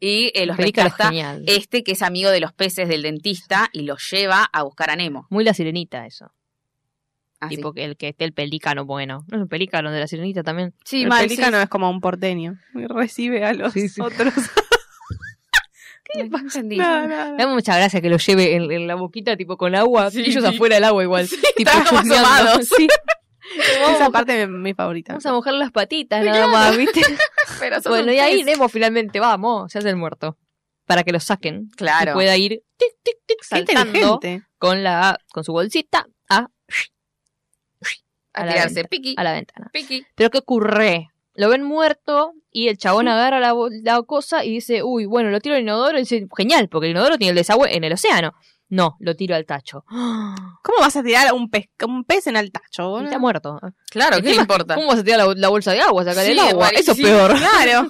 Speaker 1: Y eh, los
Speaker 3: Película
Speaker 1: rescata
Speaker 3: genial.
Speaker 1: este que es amigo de los peces del dentista y los lleva a buscar a Nemo.
Speaker 3: Muy la sirenita eso.
Speaker 1: Así.
Speaker 3: Tipo que el que esté el pelícano bueno. No es un pelícano de la sirenita también.
Speaker 1: sí,
Speaker 4: el
Speaker 1: mal, sí,
Speaker 4: pelícano es como un porteño. Y Recibe a los
Speaker 3: Sí, sí.
Speaker 4: otros.
Speaker 1: sí, no
Speaker 4: (laughs)
Speaker 1: entendí.
Speaker 4: No, no, no.
Speaker 3: Dame mucha gracia que lo lleve en, en la boquita tipo con agua.
Speaker 1: Sí,
Speaker 3: y ellos
Speaker 1: sí.
Speaker 3: afuera del agua igual. tipo
Speaker 1: estaban como
Speaker 3: chusmeando.
Speaker 1: asomados.
Speaker 3: (laughs) Sí.
Speaker 4: Esa parte es mi favorita.
Speaker 3: Vamos a mojar las patitas nada más, ¿viste?
Speaker 1: (laughs) Pero son
Speaker 3: bueno,
Speaker 1: un
Speaker 3: y ahí
Speaker 1: pez.
Speaker 3: Nemo finalmente, vamos, se hace el muerto. Para que lo saquen.
Speaker 1: Claro.
Speaker 3: Y pueda ir tic, tic, tic,
Speaker 4: Qué
Speaker 3: saltando
Speaker 4: inteligente.
Speaker 3: con, la, con su bolsita a,
Speaker 1: a
Speaker 3: a la
Speaker 1: tirarse.
Speaker 3: venta.
Speaker 1: Piqui,
Speaker 3: a la ventana.
Speaker 1: piqui.
Speaker 3: Pero ¿qué ocurre? Lo ven muerto y el chabón agarra la, bo- la cosa y dice, uy, bueno, lo tiro al inodoro y dice, genial, porque el inodoro tiene el desagüe en el océano. No, lo tiro al tacho. (gasps) ¡Ah!
Speaker 4: ¿Cómo vas a tirar un pez, un pez en el tacho? boludo?
Speaker 3: Está muerto.
Speaker 1: Claro,
Speaker 3: El
Speaker 1: ¿qué le
Speaker 3: tema-
Speaker 1: importa?
Speaker 3: ¿Cómo vas a tirar la, la bolsa de agua, sacar
Speaker 1: Sí,
Speaker 3: el agua?
Speaker 1: igual,
Speaker 3: Eso es
Speaker 1: sí, (laughs)
Speaker 3: peor. (laughs)
Speaker 1: Claro.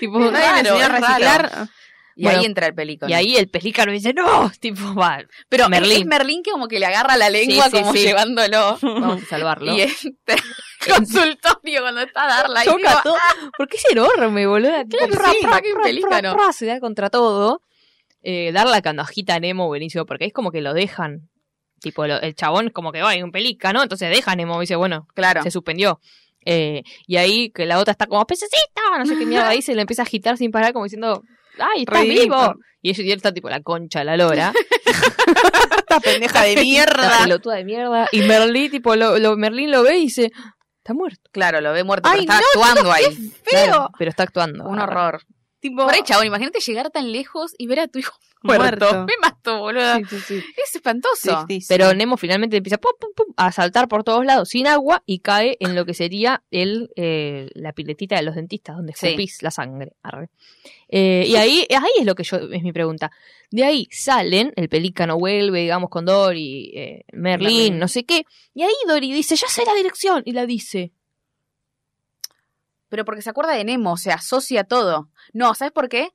Speaker 3: tipo,
Speaker 4: Nadie le
Speaker 1: Raro,
Speaker 4: enseñó a
Speaker 1: es
Speaker 4: reciclar.
Speaker 1: Y
Speaker 3: Bueno,
Speaker 1: ahí entra el pelícano.
Speaker 3: y ahí el pelícano dice, no, (laughs) tipo, va,
Speaker 1: pero es-
Speaker 3: Merlín.
Speaker 1: es Merlín que como que le agarra la lengua
Speaker 3: sí,
Speaker 1: como
Speaker 3: sí. (laughs)
Speaker 1: llevándolo.
Speaker 3: vamos a salvarlo.
Speaker 1: (laughs) Y
Speaker 3: (laughs)
Speaker 1: entra al consultorio cuando está a darla. Y
Speaker 3: choca
Speaker 1: digo,
Speaker 3: todo. Porque es enorme, boludo.
Speaker 1: Claro, sí, fucking pelícano.
Speaker 3: se da contra todo. Eh, dar la candajita a Nemo, buenísimo, porque es como que lo dejan. Tipo, lo- el chabón es como que va, hay un pelícano, entonces deja a Nemo y dice, bueno,
Speaker 1: claro.
Speaker 3: se suspendió. Eh, y ahí que la otra está como, pececita, no sé qué mierda, ahí se le empieza a agitar sin parar, como diciendo, ay, estás
Speaker 4: Redimito.
Speaker 3: vivo. Y, ellos- y él está tipo la concha, de la lora.
Speaker 4: Esta pendeja de
Speaker 3: La
Speaker 4: mierda.
Speaker 3: pelotuda de mierda. Y Merlín, tipo, lo, lo- Merlín lo ve y dice, está muerto.
Speaker 1: Claro, lo ve muerto,
Speaker 4: Ay,
Speaker 1: pero está actuando ahí.
Speaker 4: Feo.
Speaker 3: Pero está actuando.
Speaker 1: Un horror.
Speaker 4: Tipo,
Speaker 1: Por ahí, chabón, imagínate llegar tan lejos y ver a tu hijo muerto.
Speaker 4: muerto.
Speaker 1: Me mató, boludo.
Speaker 4: Sí, sí, sí.
Speaker 1: Es espantoso.
Speaker 4: Tristísimo.
Speaker 3: Pero Nemo finalmente empieza pum, pum, pum, a saltar por todos lados sin agua y cae en lo que sería el, eh, la piletita de los dentistas, donde
Speaker 1: Sí.
Speaker 3: escupís la sangre. Arre. Eh, y ahí, ahí es lo que yo, es mi pregunta. De ahí salen, el pelícano vuelve, digamos, con Dory, eh, Merlín,
Speaker 1: Merlín.
Speaker 3: no sé qué. Y ahí Dory dice, ya sé la dirección. Y la dice.
Speaker 1: Pero porque se acuerda de Nemo, se asocia todo. No, ¿sabes por qué?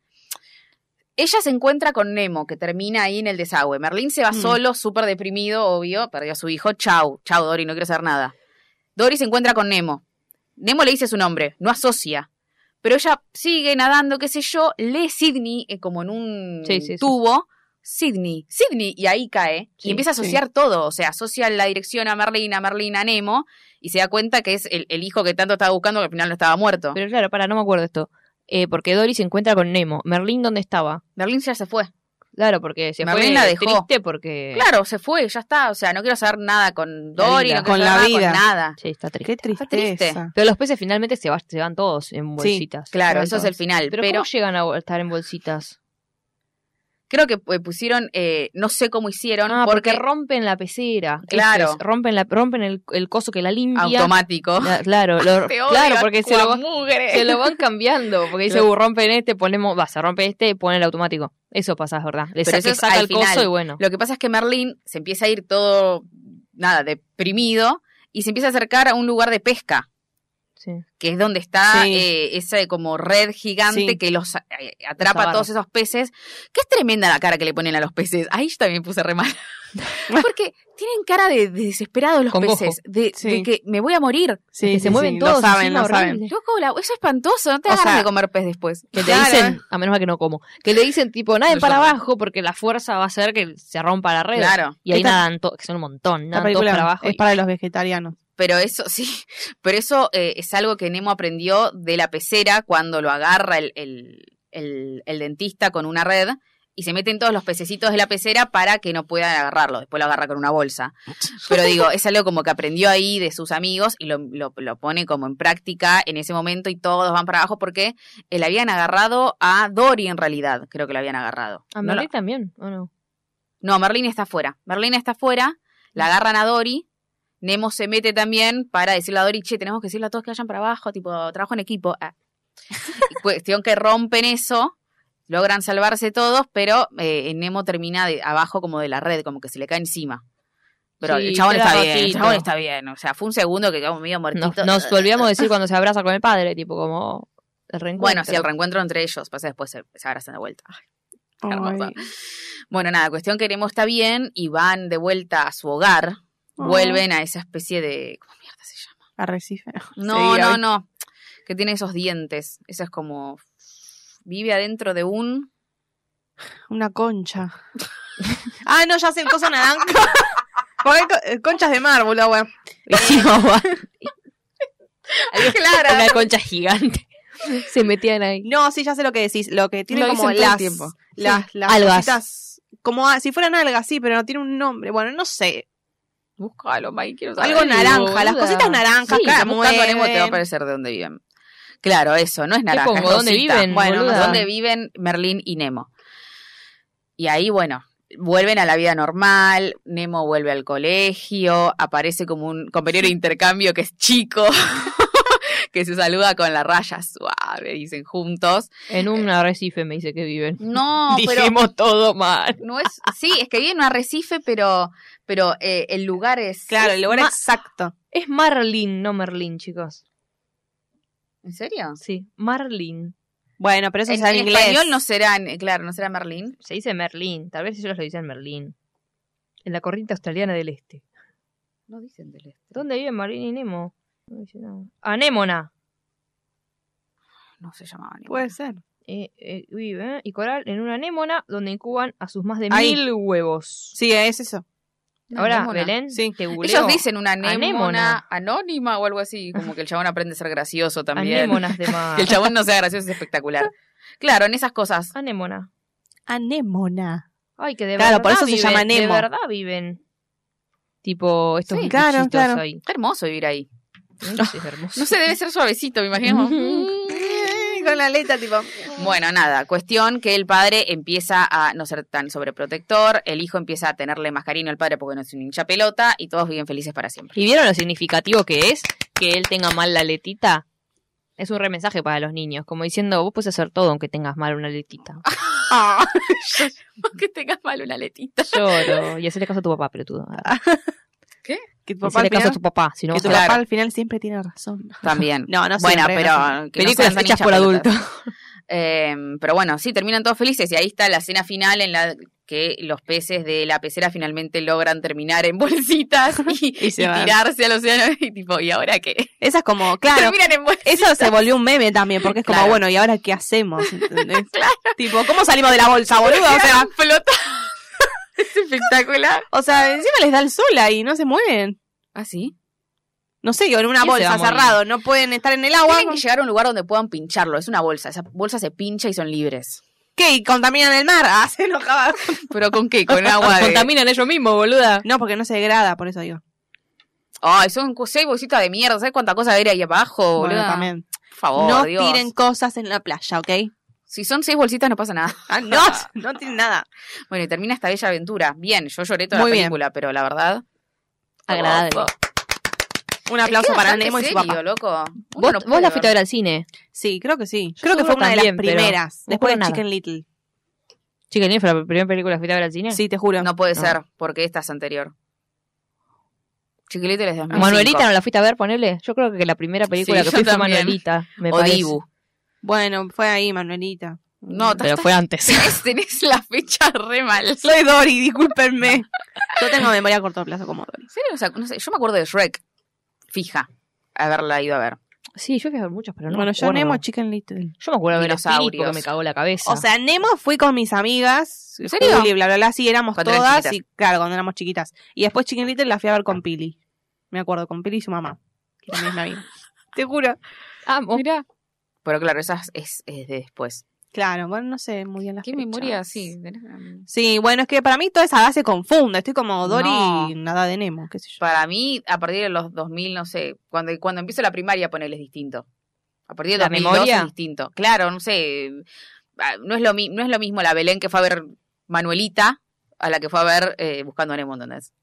Speaker 1: Ella se encuentra con Nemo, que termina ahí en el desagüe. Merlín se va
Speaker 4: Mm.
Speaker 1: solo, súper deprimido, obvio, perdió a su hijo. Chau, chau, Dory, no quiero hacer nada. Dory se encuentra con Nemo. Nemo le dice su nombre, no asocia. Pero ella sigue nadando, qué sé yo, lee Sidney eh, como en un
Speaker 3: Sí, sí, sí.
Speaker 1: tubo. Sidney, Sidney, y ahí cae.
Speaker 3: Sí,
Speaker 1: y empieza a asociar todo. O sea, asocia la dirección a Merlín, a Merlín, a Nemo. Y se da cuenta que es el, el hijo que tanto estaba buscando que al final no estaba muerto.
Speaker 3: Pero claro, para, no me acuerdo esto. Eh, porque Dory se encuentra con Nemo. Merlín, ¿dónde estaba?
Speaker 1: Merlín ya se fue.
Speaker 3: Claro, porque se
Speaker 1: Merlín
Speaker 3: fue
Speaker 1: la dejó.
Speaker 3: triste porque...
Speaker 1: Claro, se fue, ya está. O sea, no quiero saber nada con
Speaker 3: La
Speaker 1: Dory,
Speaker 3: vida.
Speaker 1: no quiero
Speaker 4: Con
Speaker 1: saber
Speaker 4: la
Speaker 1: nada
Speaker 4: vida.
Speaker 1: con nada.
Speaker 3: Sí, está triste.
Speaker 4: Qué tristeza.
Speaker 1: triste.
Speaker 3: Pero los peces finalmente se, va- se van todos en bolsitas.
Speaker 1: Claro,
Speaker 3: Se van
Speaker 1: eso es
Speaker 3: todos.
Speaker 1: el final.
Speaker 3: Pero,
Speaker 1: Pero,
Speaker 3: ¿cómo llegan a estar en bolsitas?
Speaker 1: creo que eh, pusieron, eh, no sé cómo hicieron,
Speaker 3: Ah, porque,
Speaker 1: porque,
Speaker 3: rompen la pecera. Eso
Speaker 1: Claro.
Speaker 3: es, rompen la, rompen el, el coso que la limpia.
Speaker 1: automático.
Speaker 3: La- claro, lo-
Speaker 1: (laughs) Te odio,
Speaker 3: claro, porque se lo, van-
Speaker 1: cuamugre.
Speaker 3: se lo van cambiando. Porque dice,
Speaker 1: Claro.
Speaker 3: "Uh, rompen este, ponemos, va, se rompe este y ponen el automático. Eso pasa, es verdad. Le
Speaker 1: Pero
Speaker 3: sa-
Speaker 1: eso
Speaker 3: que
Speaker 1: es
Speaker 3: saca
Speaker 1: al
Speaker 3: el coso
Speaker 1: final.
Speaker 3: y bueno.
Speaker 1: Lo que pasa es que Merlín se empieza a ir todo, nada, deprimido, y se empieza a acercar a un lugar de pesca.
Speaker 3: Sí.
Speaker 1: que es donde está
Speaker 4: Sí.
Speaker 1: eh, esa como red gigante
Speaker 4: Sí.
Speaker 1: que los eh, atrapa
Speaker 3: Los
Speaker 1: a todos esos peces. Que es tremenda la cara que le ponen a los peces. Ahí yo también puse
Speaker 4: (laughs)
Speaker 1: re mal. Porque tienen cara de, de desesperados los
Speaker 3: Congojo.
Speaker 1: peces, de,
Speaker 4: Sí.
Speaker 1: de que me voy a morir.
Speaker 4: Sí,
Speaker 3: que se
Speaker 4: sí,
Speaker 3: mueven
Speaker 4: sí,
Speaker 3: todos.
Speaker 4: Lo saben,
Speaker 3: encima,
Speaker 4: lo saben.
Speaker 3: horrible.
Speaker 1: Loco, la- eso es espantoso, no te
Speaker 4: O
Speaker 1: hagas
Speaker 4: sea,
Speaker 1: de comer pez después.
Speaker 3: Que te
Speaker 4: Claro.
Speaker 3: dicen, a menos que no como, que le dicen tipo, naden
Speaker 1: No,
Speaker 3: para
Speaker 1: ¿eh? yo no.
Speaker 3: abajo porque la fuerza va a hacer que se rompa la red.
Speaker 1: Claro,
Speaker 3: Y ahí
Speaker 4: Esta-
Speaker 3: nadan todos, que son un montón,
Speaker 4: Esta
Speaker 3: nadan todos
Speaker 4: película
Speaker 3: para abajo.
Speaker 4: es
Speaker 3: y-
Speaker 4: para los vegetarianos.
Speaker 1: pero eso (laughs) sí, pero eso eh, es algo que Nemo aprendió de la pecera cuando lo agarra el, el- el- el dentista con una red y se meten todos los pececitos de la pecera para que no puedan agarrarlo, después lo agarra con una bolsa. Pero digo, es algo como que aprendió ahí de sus amigos y lo, lo- lo pone como en práctica en ese momento y todos van para abajo porque eh, le habían agarrado a Dory en realidad, creo que lo habían agarrado.
Speaker 3: A
Speaker 1: No,
Speaker 3: Merlín
Speaker 1: lo-
Speaker 3: también, ¿o no?
Speaker 1: no, Merlín está afuera. Merlín está afuera, la agarran a Dory.
Speaker 3: (laughs)
Speaker 1: Nemo se mete también para decirle a Dory, che, tenemos que decirle a todos que vayan para abajo, tipo, trabajo en equipo. Ah, Cuestión que rompen eso, logran salvarse todos, pero eh, Nemo termina de abajo como de la red, como que se le cae encima. Pero
Speaker 3: Sí,
Speaker 1: el chabón
Speaker 3: queda
Speaker 1: está bien, el
Speaker 3: rotito.
Speaker 1: chabón está bien. O sea, fue un segundo que quedamos medio
Speaker 3: Nos,
Speaker 1: muertitos.
Speaker 3: nos volvíamos a decir cuando se abraza con el padre, tipo como el reencuentro.
Speaker 1: Bueno, sí, el reencuentro entre ellos, pasa después se, se abrazan de vuelta. Ay, qué hermoso.
Speaker 4: Ay.
Speaker 1: Bueno, nada, cuestión que Nemo está bien y van de vuelta a su hogar,
Speaker 4: Ah.
Speaker 1: vuelven a esa especie de... ¿Cómo mierda se llama?
Speaker 4: Arrecife.
Speaker 1: No,
Speaker 4: Sí,
Speaker 1: no,
Speaker 4: ay.
Speaker 1: no. Que tiene esos dientes. Esa es como... Vive adentro de un...
Speaker 4: (laughs) Una concha. ah, no, ya sé, el coso naranja. Porque hay co- eh, conchas de mar, boludo, weón.
Speaker 3: Chihuahua,
Speaker 1: Clara.
Speaker 3: una concha gigante. Se metían ahí.
Speaker 4: No, sí, ya sé lo que decís. Lo que tiene
Speaker 1: Lo
Speaker 4: como
Speaker 1: dicen todo el
Speaker 4: las,
Speaker 1: tiempo.
Speaker 4: las, las
Speaker 3: Algas.
Speaker 4: cositas- Como a- si fueran algas, sí, pero no tiene un nombre. Bueno, no sé.
Speaker 1: Búscalo, Mike, quiero saber.
Speaker 4: Algo
Speaker 3: Ay,
Speaker 4: naranja. Las
Speaker 3: boluda.
Speaker 4: cositas naranjas,
Speaker 1: Sí,
Speaker 4: claro,
Speaker 1: buscando a Nemo te va a
Speaker 4: mueven.
Speaker 1: aparecer de dónde viven. Claro, eso, no es naranja.
Speaker 3: pongo?
Speaker 1: es
Speaker 3: ¿Dónde
Speaker 1: rosita.
Speaker 3: viven,
Speaker 1: Bueno,
Speaker 3: boluda?
Speaker 1: ¿dónde viven Merlín y Nemo? Y ahí, bueno, vuelven a la vida normal, Nemo vuelve al colegio, aparece como un (laughs) compañero de intercambio que es chico, (laughs) que se saluda con la raya suave, dicen juntos.
Speaker 3: En un arrecife me dice que viven.
Speaker 1: No, pero
Speaker 3: Dijimos todo mal.
Speaker 1: no es, sí, es que vive en un arrecife, pero, pero eh, el lugar es.
Speaker 4: Claro, el lugar
Speaker 3: Ma-
Speaker 4: exacto.
Speaker 3: Es Marlin, no Merlin, chicos.
Speaker 1: ¿En serio?
Speaker 3: Sí, Marlin.
Speaker 4: Bueno, pero eso
Speaker 1: En,
Speaker 4: está en,
Speaker 1: en
Speaker 4: inglés.
Speaker 1: español no será, eh, claro, no será Merlín.
Speaker 3: Se dice Merlin, tal vez ellos lo dicen Merlin. En la corriente australiana del este.
Speaker 1: No dicen del este.
Speaker 3: ¿Dónde viven Marlin y Nemo? No dice nada. Ah, Anémona.
Speaker 1: No se llamaba ni
Speaker 4: Puede ser.
Speaker 3: Eh, eh, vive y coral en una anémona donde incuban a sus más de
Speaker 4: Ahí.
Speaker 3: mil huevos.
Speaker 4: Sí, es eso.
Speaker 1: Una
Speaker 3: Ahora,
Speaker 1: anémona.
Speaker 3: Belén,
Speaker 4: Sí.
Speaker 3: te googleo.
Speaker 1: Ellos dicen una anémona,
Speaker 3: Anémona.
Speaker 1: anónima o algo así, como que el chabón aprende a ser gracioso también.
Speaker 3: anémonas
Speaker 4: (laughs)
Speaker 1: (laughs)
Speaker 3: de
Speaker 1: Que el
Speaker 3: mar.
Speaker 1: chabón no sea gracioso es espectacular. Claro, en esas cosas.
Speaker 3: Anémona.
Speaker 4: Anémona.
Speaker 3: Ay, que de
Speaker 4: Claro,
Speaker 3: verdad
Speaker 4: por eso se
Speaker 3: viven,
Speaker 4: llama
Speaker 3: De
Speaker 4: Nemo.
Speaker 3: verdad viven. Tipo, estos
Speaker 4: Sí,
Speaker 3: bichitos
Speaker 4: claro, claro.
Speaker 3: ahí.
Speaker 1: Qué hermoso vivir ahí.
Speaker 3: Sí, es hermoso.
Speaker 1: No sé, debe ser suavecito, me imagino.
Speaker 4: (laughs)
Speaker 1: Mm.
Speaker 4: Con la letra, tipo.
Speaker 1: Bueno, nada, cuestión que el padre empieza a no ser tan sobreprotector, el hijo empieza a tenerle más cariño al padre porque no es un hincha pelota y todos viven felices para siempre.
Speaker 3: (laughs) ¿Y vieron lo significativo que es que él tenga mal la letita? Es un remensaje para los niños, como diciendo, vos puedes hacer todo aunque tengas mal una
Speaker 4: (laughs)
Speaker 3: letita.
Speaker 1: (laughs) que tengas mal una letita.
Speaker 3: Lloro. Y hacerle caso a tu papá, pelotudo.
Speaker 4: Que tu Ah, papá, al
Speaker 3: Hacerle caso a
Speaker 4: final,
Speaker 3: tu papá, si no
Speaker 4: que
Speaker 3: vas
Speaker 4: tu
Speaker 3: a
Speaker 1: Claro.
Speaker 4: papá al final siempre tiene razón.
Speaker 1: También.
Speaker 4: No, no
Speaker 1: bueno,
Speaker 4: siempre,
Speaker 1: pero
Speaker 4: no siempre.
Speaker 1: que no
Speaker 3: Películas
Speaker 1: sean tan
Speaker 3: hechas por
Speaker 1: hinchapelotas.
Speaker 3: adultos.
Speaker 1: Eh, pero bueno, sí, terminan todos felices y ahí está la escena final en la que los peces de la pecera finalmente logran terminar en (laughs) bolsitas y,
Speaker 4: Y se
Speaker 1: y
Speaker 4: van.
Speaker 1: tirarse al océano y tipo, ¿y ahora qué? (laughs)
Speaker 4: Esa es como, claro,
Speaker 1: Terminan en bolsitas.
Speaker 4: Eso se volvió un meme también, porque es como,
Speaker 1: Claro.
Speaker 4: bueno, ¿y ahora qué hacemos? ¿Entendés? Tipo, ¿cómo salimos de la bolsa, boludo? O
Speaker 1: (laughs)
Speaker 4: sea,
Speaker 1: flota. es espectacular.
Speaker 4: o sea, encima les da el sol ahí, no se mueven.
Speaker 1: ¿Ah, sí?
Speaker 4: No sé, en una
Speaker 3: ¿Quién se va
Speaker 4: bolsa
Speaker 3: a morir?
Speaker 4: cerrado, no pueden estar en el agua.
Speaker 1: Tienen que llegar a un lugar donde puedan pincharlo. Es una bolsa. Esa bolsa se pincha y son libres.
Speaker 4: ¿Qué? ¿Y contaminan el mar? (laughs) Ah, se enojaba.
Speaker 1: (laughs) ¿Pero con qué? (laughs) Con agua de...
Speaker 3: Contaminan ellos mismos, boluda.
Speaker 4: No, porque no se degrada, por eso digo.
Speaker 1: Ay, son cu- seis bolsitas de mierda. ¿Sabes cuánta cosa era ahí abajo,
Speaker 4: Bueno,
Speaker 1: boluda?
Speaker 4: también.
Speaker 1: Por favor,
Speaker 4: no
Speaker 1: Dios.
Speaker 4: tiren cosas en la playa, ¿ok?
Speaker 1: Si son seis bolsitas no pasa nada.
Speaker 4: Ah, no, no tiren nada.
Speaker 1: Bueno, y termina esta bella aventura. Bien, yo lloré toda
Speaker 4: Muy
Speaker 1: la
Speaker 4: bien.
Speaker 1: película, pero la verdad.
Speaker 3: Agradable.
Speaker 1: Oh,
Speaker 4: Un aplauso
Speaker 1: es
Speaker 4: para
Speaker 1: bastante
Speaker 4: Nemo y su
Speaker 1: serio,
Speaker 4: papá.
Speaker 1: loco. Uno
Speaker 3: Vos,
Speaker 1: no
Speaker 3: vos
Speaker 1: puede
Speaker 3: la
Speaker 1: ver-
Speaker 3: fuiste a ver al cine.
Speaker 4: Sí, creo que sí. Creo que
Speaker 3: seguro
Speaker 4: fue una
Speaker 3: también,
Speaker 4: de las
Speaker 3: pero
Speaker 4: primeras.
Speaker 3: no acuerdo
Speaker 4: después de
Speaker 3: nada.
Speaker 4: Chicken Little.
Speaker 3: Chica Jennifer, la primera película que fuiste a ver al cine.
Speaker 4: Sí, te juro.
Speaker 1: No puede
Speaker 3: No.
Speaker 1: ser, porque esta es anterior. Chiquilito les
Speaker 3: Ah,
Speaker 1: 2005.
Speaker 3: Manuelita no la fuiste a ver, ponele. Yo creo que la primera película
Speaker 1: Sí,
Speaker 3: que
Speaker 1: yo
Speaker 3: fui fue
Speaker 1: también.
Speaker 3: Manuelita. Me
Speaker 1: o
Speaker 3: parece.
Speaker 1: Dibu.
Speaker 4: Bueno, fue ahí, Manuelita.
Speaker 1: No,
Speaker 3: Pero fue
Speaker 1: (laughs)
Speaker 3: antes.
Speaker 1: tenés,
Speaker 3: (laughs)
Speaker 1: tenés la fecha re mal. ¿En
Speaker 4: Soy Dory, discúlpenme. Yo tengo memoria a corto plazo como Dory.
Speaker 1: serio? O sea, no sé, yo me acuerdo de Shrek. Fija. Haberla ido a ver.
Speaker 3: Sí, yo fui a ver muchas, pero no.
Speaker 4: bueno,
Speaker 3: me
Speaker 4: yo
Speaker 3: acuerdo.
Speaker 4: Nemo, Chicken Little.
Speaker 3: Yo me acuerdo de ver Spirit porque
Speaker 1: Dinosaurios.
Speaker 3: me cagó la cabeza.
Speaker 4: O sea, Nemo fui con mis amigas. ¿En
Speaker 1: serio?
Speaker 4: bla, bla, bla. Sí, éramos
Speaker 1: Cuando eran
Speaker 4: todas.
Speaker 1: chiquitas.
Speaker 4: Y, claro, cuando éramos chiquitas. Y después Chicken Little la fui a ver con Pili. Me acuerdo, con Pili y su mamá. Que también
Speaker 1: (laughs)
Speaker 4: es Navi. Te juro.
Speaker 3: Amo.
Speaker 1: Mirá. Pero claro, esa es, es de después.
Speaker 4: Claro, bueno, no sé muy bien las
Speaker 1: Qué
Speaker 4: fechas.
Speaker 1: memoria, sí.
Speaker 4: Sí, bueno, es que para mí toda esa edad se confunde. Estoy como Dory
Speaker 1: No.
Speaker 4: y nada de Nemo, qué sé yo.
Speaker 1: Para mí, a partir de los 2000, no sé, cuando, cuando empiezo la primaria, ponerles distinto. A partir de
Speaker 3: ¿La
Speaker 1: 2002
Speaker 3: memoria?
Speaker 1: es distinto. Claro, no sé, ah, no es, lo, mi- no es lo mismo la Belén que fue a ver Manuelita a la que fue a ver eh, Buscando a Nemo, ¿entendés?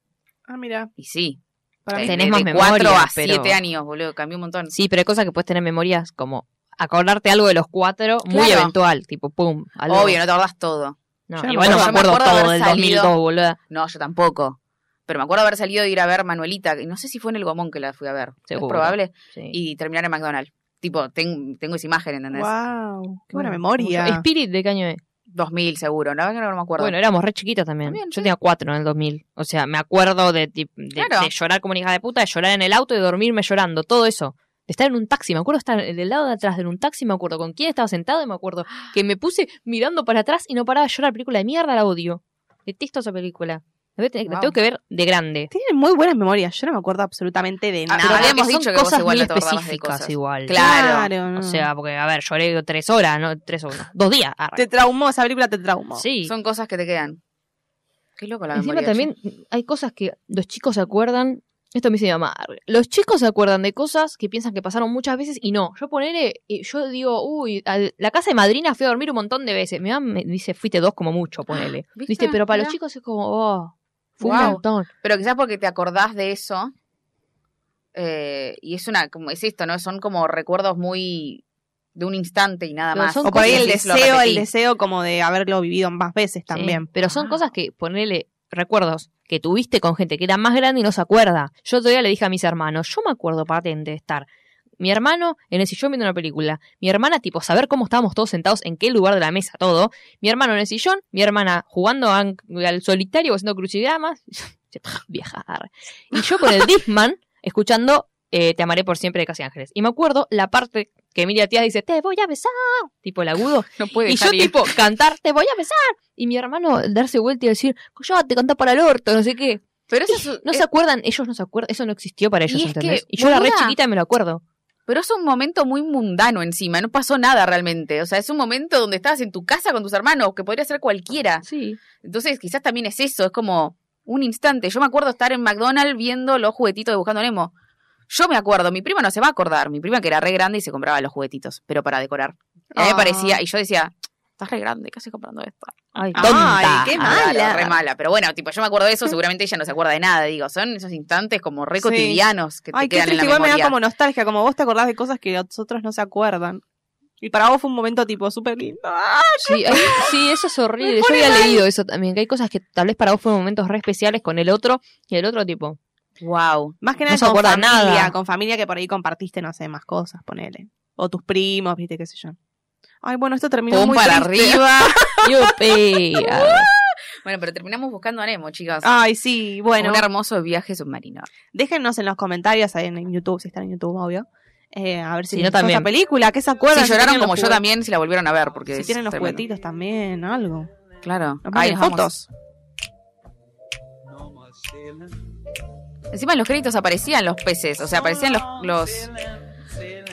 Speaker 4: Ah, mira.
Speaker 1: Y sí.
Speaker 4: Para mí
Speaker 1: de-
Speaker 3: Tenés
Speaker 1: de
Speaker 3: más
Speaker 1: 4
Speaker 3: memoria,
Speaker 1: a 7
Speaker 3: pero-
Speaker 1: años, boludo, cambió un montón.
Speaker 3: Sí, pero hay cosas que puedes tener memorias como acordarte algo de los cuatro muy
Speaker 1: Claro.
Speaker 3: eventual, tipo, pum. algo.
Speaker 1: Obvio, no te acordás todo.
Speaker 3: No,
Speaker 4: Yo no
Speaker 3: igual no
Speaker 4: me
Speaker 3: me
Speaker 1: acuerdo. Yo me
Speaker 3: acuerdo,
Speaker 1: acuerdo
Speaker 3: todo
Speaker 1: haber
Speaker 3: del
Speaker 1: salido.
Speaker 3: 2002, boluda.
Speaker 1: No, yo tampoco. Pero me acuerdo haber salido de ir a ver Manuelita, que no sé si fue en el Gomón que la fui a ver,
Speaker 3: Seguro.
Speaker 1: es probable,
Speaker 3: Sí.
Speaker 1: y terminar en McDonald's. Tipo, ten- tengo esa imagen, ¿entendés?
Speaker 4: Wow, qué
Speaker 3: Bueno,
Speaker 4: buena memoria.
Speaker 3: mm, Spirit, ¿de qué año es?
Speaker 1: 2000 seguro, no, no, no me acuerdo.
Speaker 3: Bueno, éramos re chiquitos también.
Speaker 1: También,
Speaker 3: Yo
Speaker 1: sí.
Speaker 3: tenía cuatro en el 2000. O sea, me acuerdo de, tip- de-
Speaker 1: Claro.
Speaker 3: de llorar como una hija de puta, de llorar en el auto, de dormirme llorando, todo eso. De estar en un taxi, me acuerdo estar del lado de atrás de un taxi, me acuerdo con quién estaba sentado y me acuerdo que me puse mirando para atrás y no paraba de llorar. Película de mierda, la odio. Detesto esa película. La, voy a tener- la
Speaker 1: Wow.
Speaker 3: tengo que ver de grande.
Speaker 4: Tienen muy buenas memorias. Yo no me acuerdo absolutamente de
Speaker 1: Ah,
Speaker 4: nada.
Speaker 3: Pero porque
Speaker 1: habíamos
Speaker 3: son
Speaker 1: dicho que vos
Speaker 3: cosas
Speaker 1: igual
Speaker 3: muy
Speaker 1: no te acordabas de
Speaker 3: específicas
Speaker 1: cosas.
Speaker 3: igual.
Speaker 1: Claro.
Speaker 4: no.
Speaker 3: O sea, porque, a ver, lloré tres horas, no tres horas. Dos días. arre.
Speaker 4: te traumó, esa película te traumó.
Speaker 3: Sí.
Speaker 1: Son cosas que te quedan. Qué loco la
Speaker 3: Encima
Speaker 1: memoria,
Speaker 3: también hay cosas que los chicos se acuerdan. Esto me dice mi mamá. Los chicos se acuerdan de cosas que piensan que pasaron muchas veces y no. Yo ponele, eh, yo digo, uy, a la casa de madrina fui a dormir un montón de veces. Mi mamá me dice, fuiste dos como mucho, ponele.
Speaker 1: (gasps) ¿Viste?
Speaker 3: ¿Viste? Pero para los
Speaker 1: Mirá.
Speaker 3: chicos es como, oh, fue un
Speaker 1: Guau.
Speaker 3: montón.
Speaker 1: che. Pero quizás porque te acordás de eso. eh, y es una, como es esto, ¿no? Son como recuerdos muy de un instante y nada
Speaker 3: Pero
Speaker 1: más.
Speaker 3: son
Speaker 4: o por ahí el
Speaker 1: decís, lo
Speaker 4: deseo, el (laughs)
Speaker 1: repetí.
Speaker 4: deseo como de haberlo vivido más veces también.
Speaker 3: Sí, Pero son
Speaker 1: Ah.
Speaker 3: cosas que, ponele, recuerdos que tuviste con gente que era más grande y no se acuerda. Yo todavía le dije a mis hermanos, yo me acuerdo patente de estar. Mi hermano en el sillón viendo una película. Mi hermana, tipo, saber cómo estábamos todos sentados, en qué lugar de la mesa, todo. Mi hermano en el sillón, mi hermana jugando a- al solitario, haciendo crucigramas. (laughs) ah, Viajar. Y yo
Speaker 4: (laughs)
Speaker 3: con el Disman, escuchando eh, Te amaré por siempre de Casi Ángeles. Y me acuerdo la parte que Emilia Tía dice, te voy a besar. Tipo el agudo.
Speaker 1: No puede
Speaker 3: Y yo,
Speaker 1: dejar ir.
Speaker 3: tipo, cantar, te voy a besar. Y mi hermano darse vuelta y decir, yo te cantaba para el orto, no sé qué.
Speaker 1: (laughs) Pero eso es, un- eh,
Speaker 3: No se acuerdan, ellos no se acuerdan, eso no existió para ellos,
Speaker 1: Y es
Speaker 3: ¿entendés?
Speaker 1: que,
Speaker 3: y yo era re
Speaker 1: boluda.
Speaker 3: chiquita y me lo acuerdo.
Speaker 1: Pero es un momento muy mundano encima, no pasó nada realmente. O sea, es un momento donde estabas en tu casa con tus hermanos, que podría ser cualquiera.
Speaker 3: Sí.
Speaker 1: Entonces, quizás también es eso, es como un instante. Yo me acuerdo estar en McDonald's viendo los juguetitos de Buscando Nemo. Yo me acuerdo, mi prima no se va a acordar. Mi prima que era re grande y se compraba los juguetitos, pero para decorar. Y a mí me
Speaker 4: Ah.
Speaker 1: parecía, y yo decía, estás re grande, ¿qué haces comprando esto?
Speaker 3: Ay,
Speaker 1: Ay,
Speaker 3: tonta.
Speaker 4: qué
Speaker 1: Ah,
Speaker 4: mala.
Speaker 1: claro, Re mala, pero bueno, tipo, yo me acuerdo de
Speaker 4: (laughs)
Speaker 1: eso, seguramente ella no se acuerda de nada. Digo, son esos instantes como re
Speaker 4: Sí.
Speaker 1: cotidianos que te
Speaker 4: Ay, qué
Speaker 1: quedan en la
Speaker 4: triste, igual me da
Speaker 1: memoria.
Speaker 4: como nostalgia, como vos te acordás de cosas que los otros no se acuerdan. Y para vos fue un momento tipo súper lindo. ¡Ah!
Speaker 3: Sí, ay, sí, eso es horrible. Yo había leído eso también, que hay cosas que tal vez para vos fueron momentos re especiales con el otro y el otro tipo.
Speaker 1: Wow.
Speaker 4: Más que
Speaker 3: No
Speaker 4: nada
Speaker 3: se
Speaker 4: con
Speaker 3: acuerda
Speaker 4: familia,
Speaker 3: nada.
Speaker 4: con familia que por ahí compartiste, no sé, más cosas, ponele. O tus primos, viste, qué sé yo. Ay, bueno, esto terminó
Speaker 1: Pum
Speaker 4: muy
Speaker 1: para
Speaker 4: triste.
Speaker 1: arriba. (laughs)
Speaker 3: Yupi. Ah,
Speaker 1: Bueno, pero terminamos buscando a Nemo, chicas.
Speaker 4: (laughs) Ay, sí, Ah, bueno.
Speaker 1: Un hermoso viaje submarino.
Speaker 4: Déjenos en los comentarios, ahí en- en YouTube, si están en YouTube, obvio. eh, a ver
Speaker 3: Si
Speaker 4: si,
Speaker 3: no,
Speaker 4: les gustó
Speaker 3: también.
Speaker 4: esa película, ¿qué se acuerdan?
Speaker 1: Si lloraron
Speaker 4: tienen
Speaker 1: como
Speaker 4: los
Speaker 1: yo
Speaker 4: jugu-
Speaker 1: también, si la volvieron a ver, porque
Speaker 4: Si
Speaker 1: es
Speaker 4: tienen los
Speaker 1: tremendo.
Speaker 4: juguetitos también, algo.
Speaker 1: Claro.
Speaker 4: Nos
Speaker 1: Ahí
Speaker 4: ponen
Speaker 1: nos vamos.
Speaker 4: fotos.
Speaker 2: No more sailing.
Speaker 1: Encima en los créditos aparecían los peces, o sea, aparecían los, los,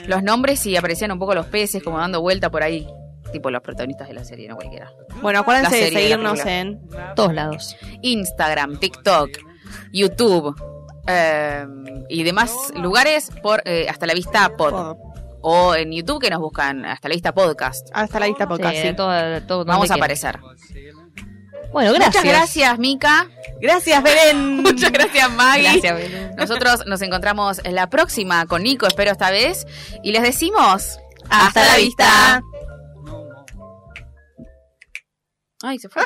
Speaker 1: los nombres y aparecían un poco los peces como dando vuelta por ahí. Tipo los protagonistas de la serie, no cualquiera.
Speaker 4: Bueno, acuérdense
Speaker 1: La
Speaker 4: de
Speaker 1: serie de la
Speaker 4: seguirnos
Speaker 1: película.
Speaker 4: en
Speaker 3: todos lados.
Speaker 1: Instagram, TikTok, YouTube eh, y demás lugares por eh, Hasta la Vista Pod.
Speaker 4: todo.
Speaker 1: O en YouTube que nos buscan Hasta la Vista Podcast.
Speaker 4: Hasta la vista podcast.
Speaker 3: Sí,
Speaker 4: sí.
Speaker 3: de todo- todo donde
Speaker 1: Vamos a
Speaker 3: quieran.
Speaker 1: aparecer.
Speaker 3: Bueno, gracias.
Speaker 1: Muchas gracias, Mica.
Speaker 4: Gracias,
Speaker 1: (laughs)
Speaker 4: Belén.
Speaker 1: Muchas gracias, Maggie.
Speaker 3: Gracias, Belén.
Speaker 1: Nosotros nos encontramos en la próxima con Nico, espero esta vez, y les decimos
Speaker 4: Hasta, la vista.
Speaker 1: Ay, se fue.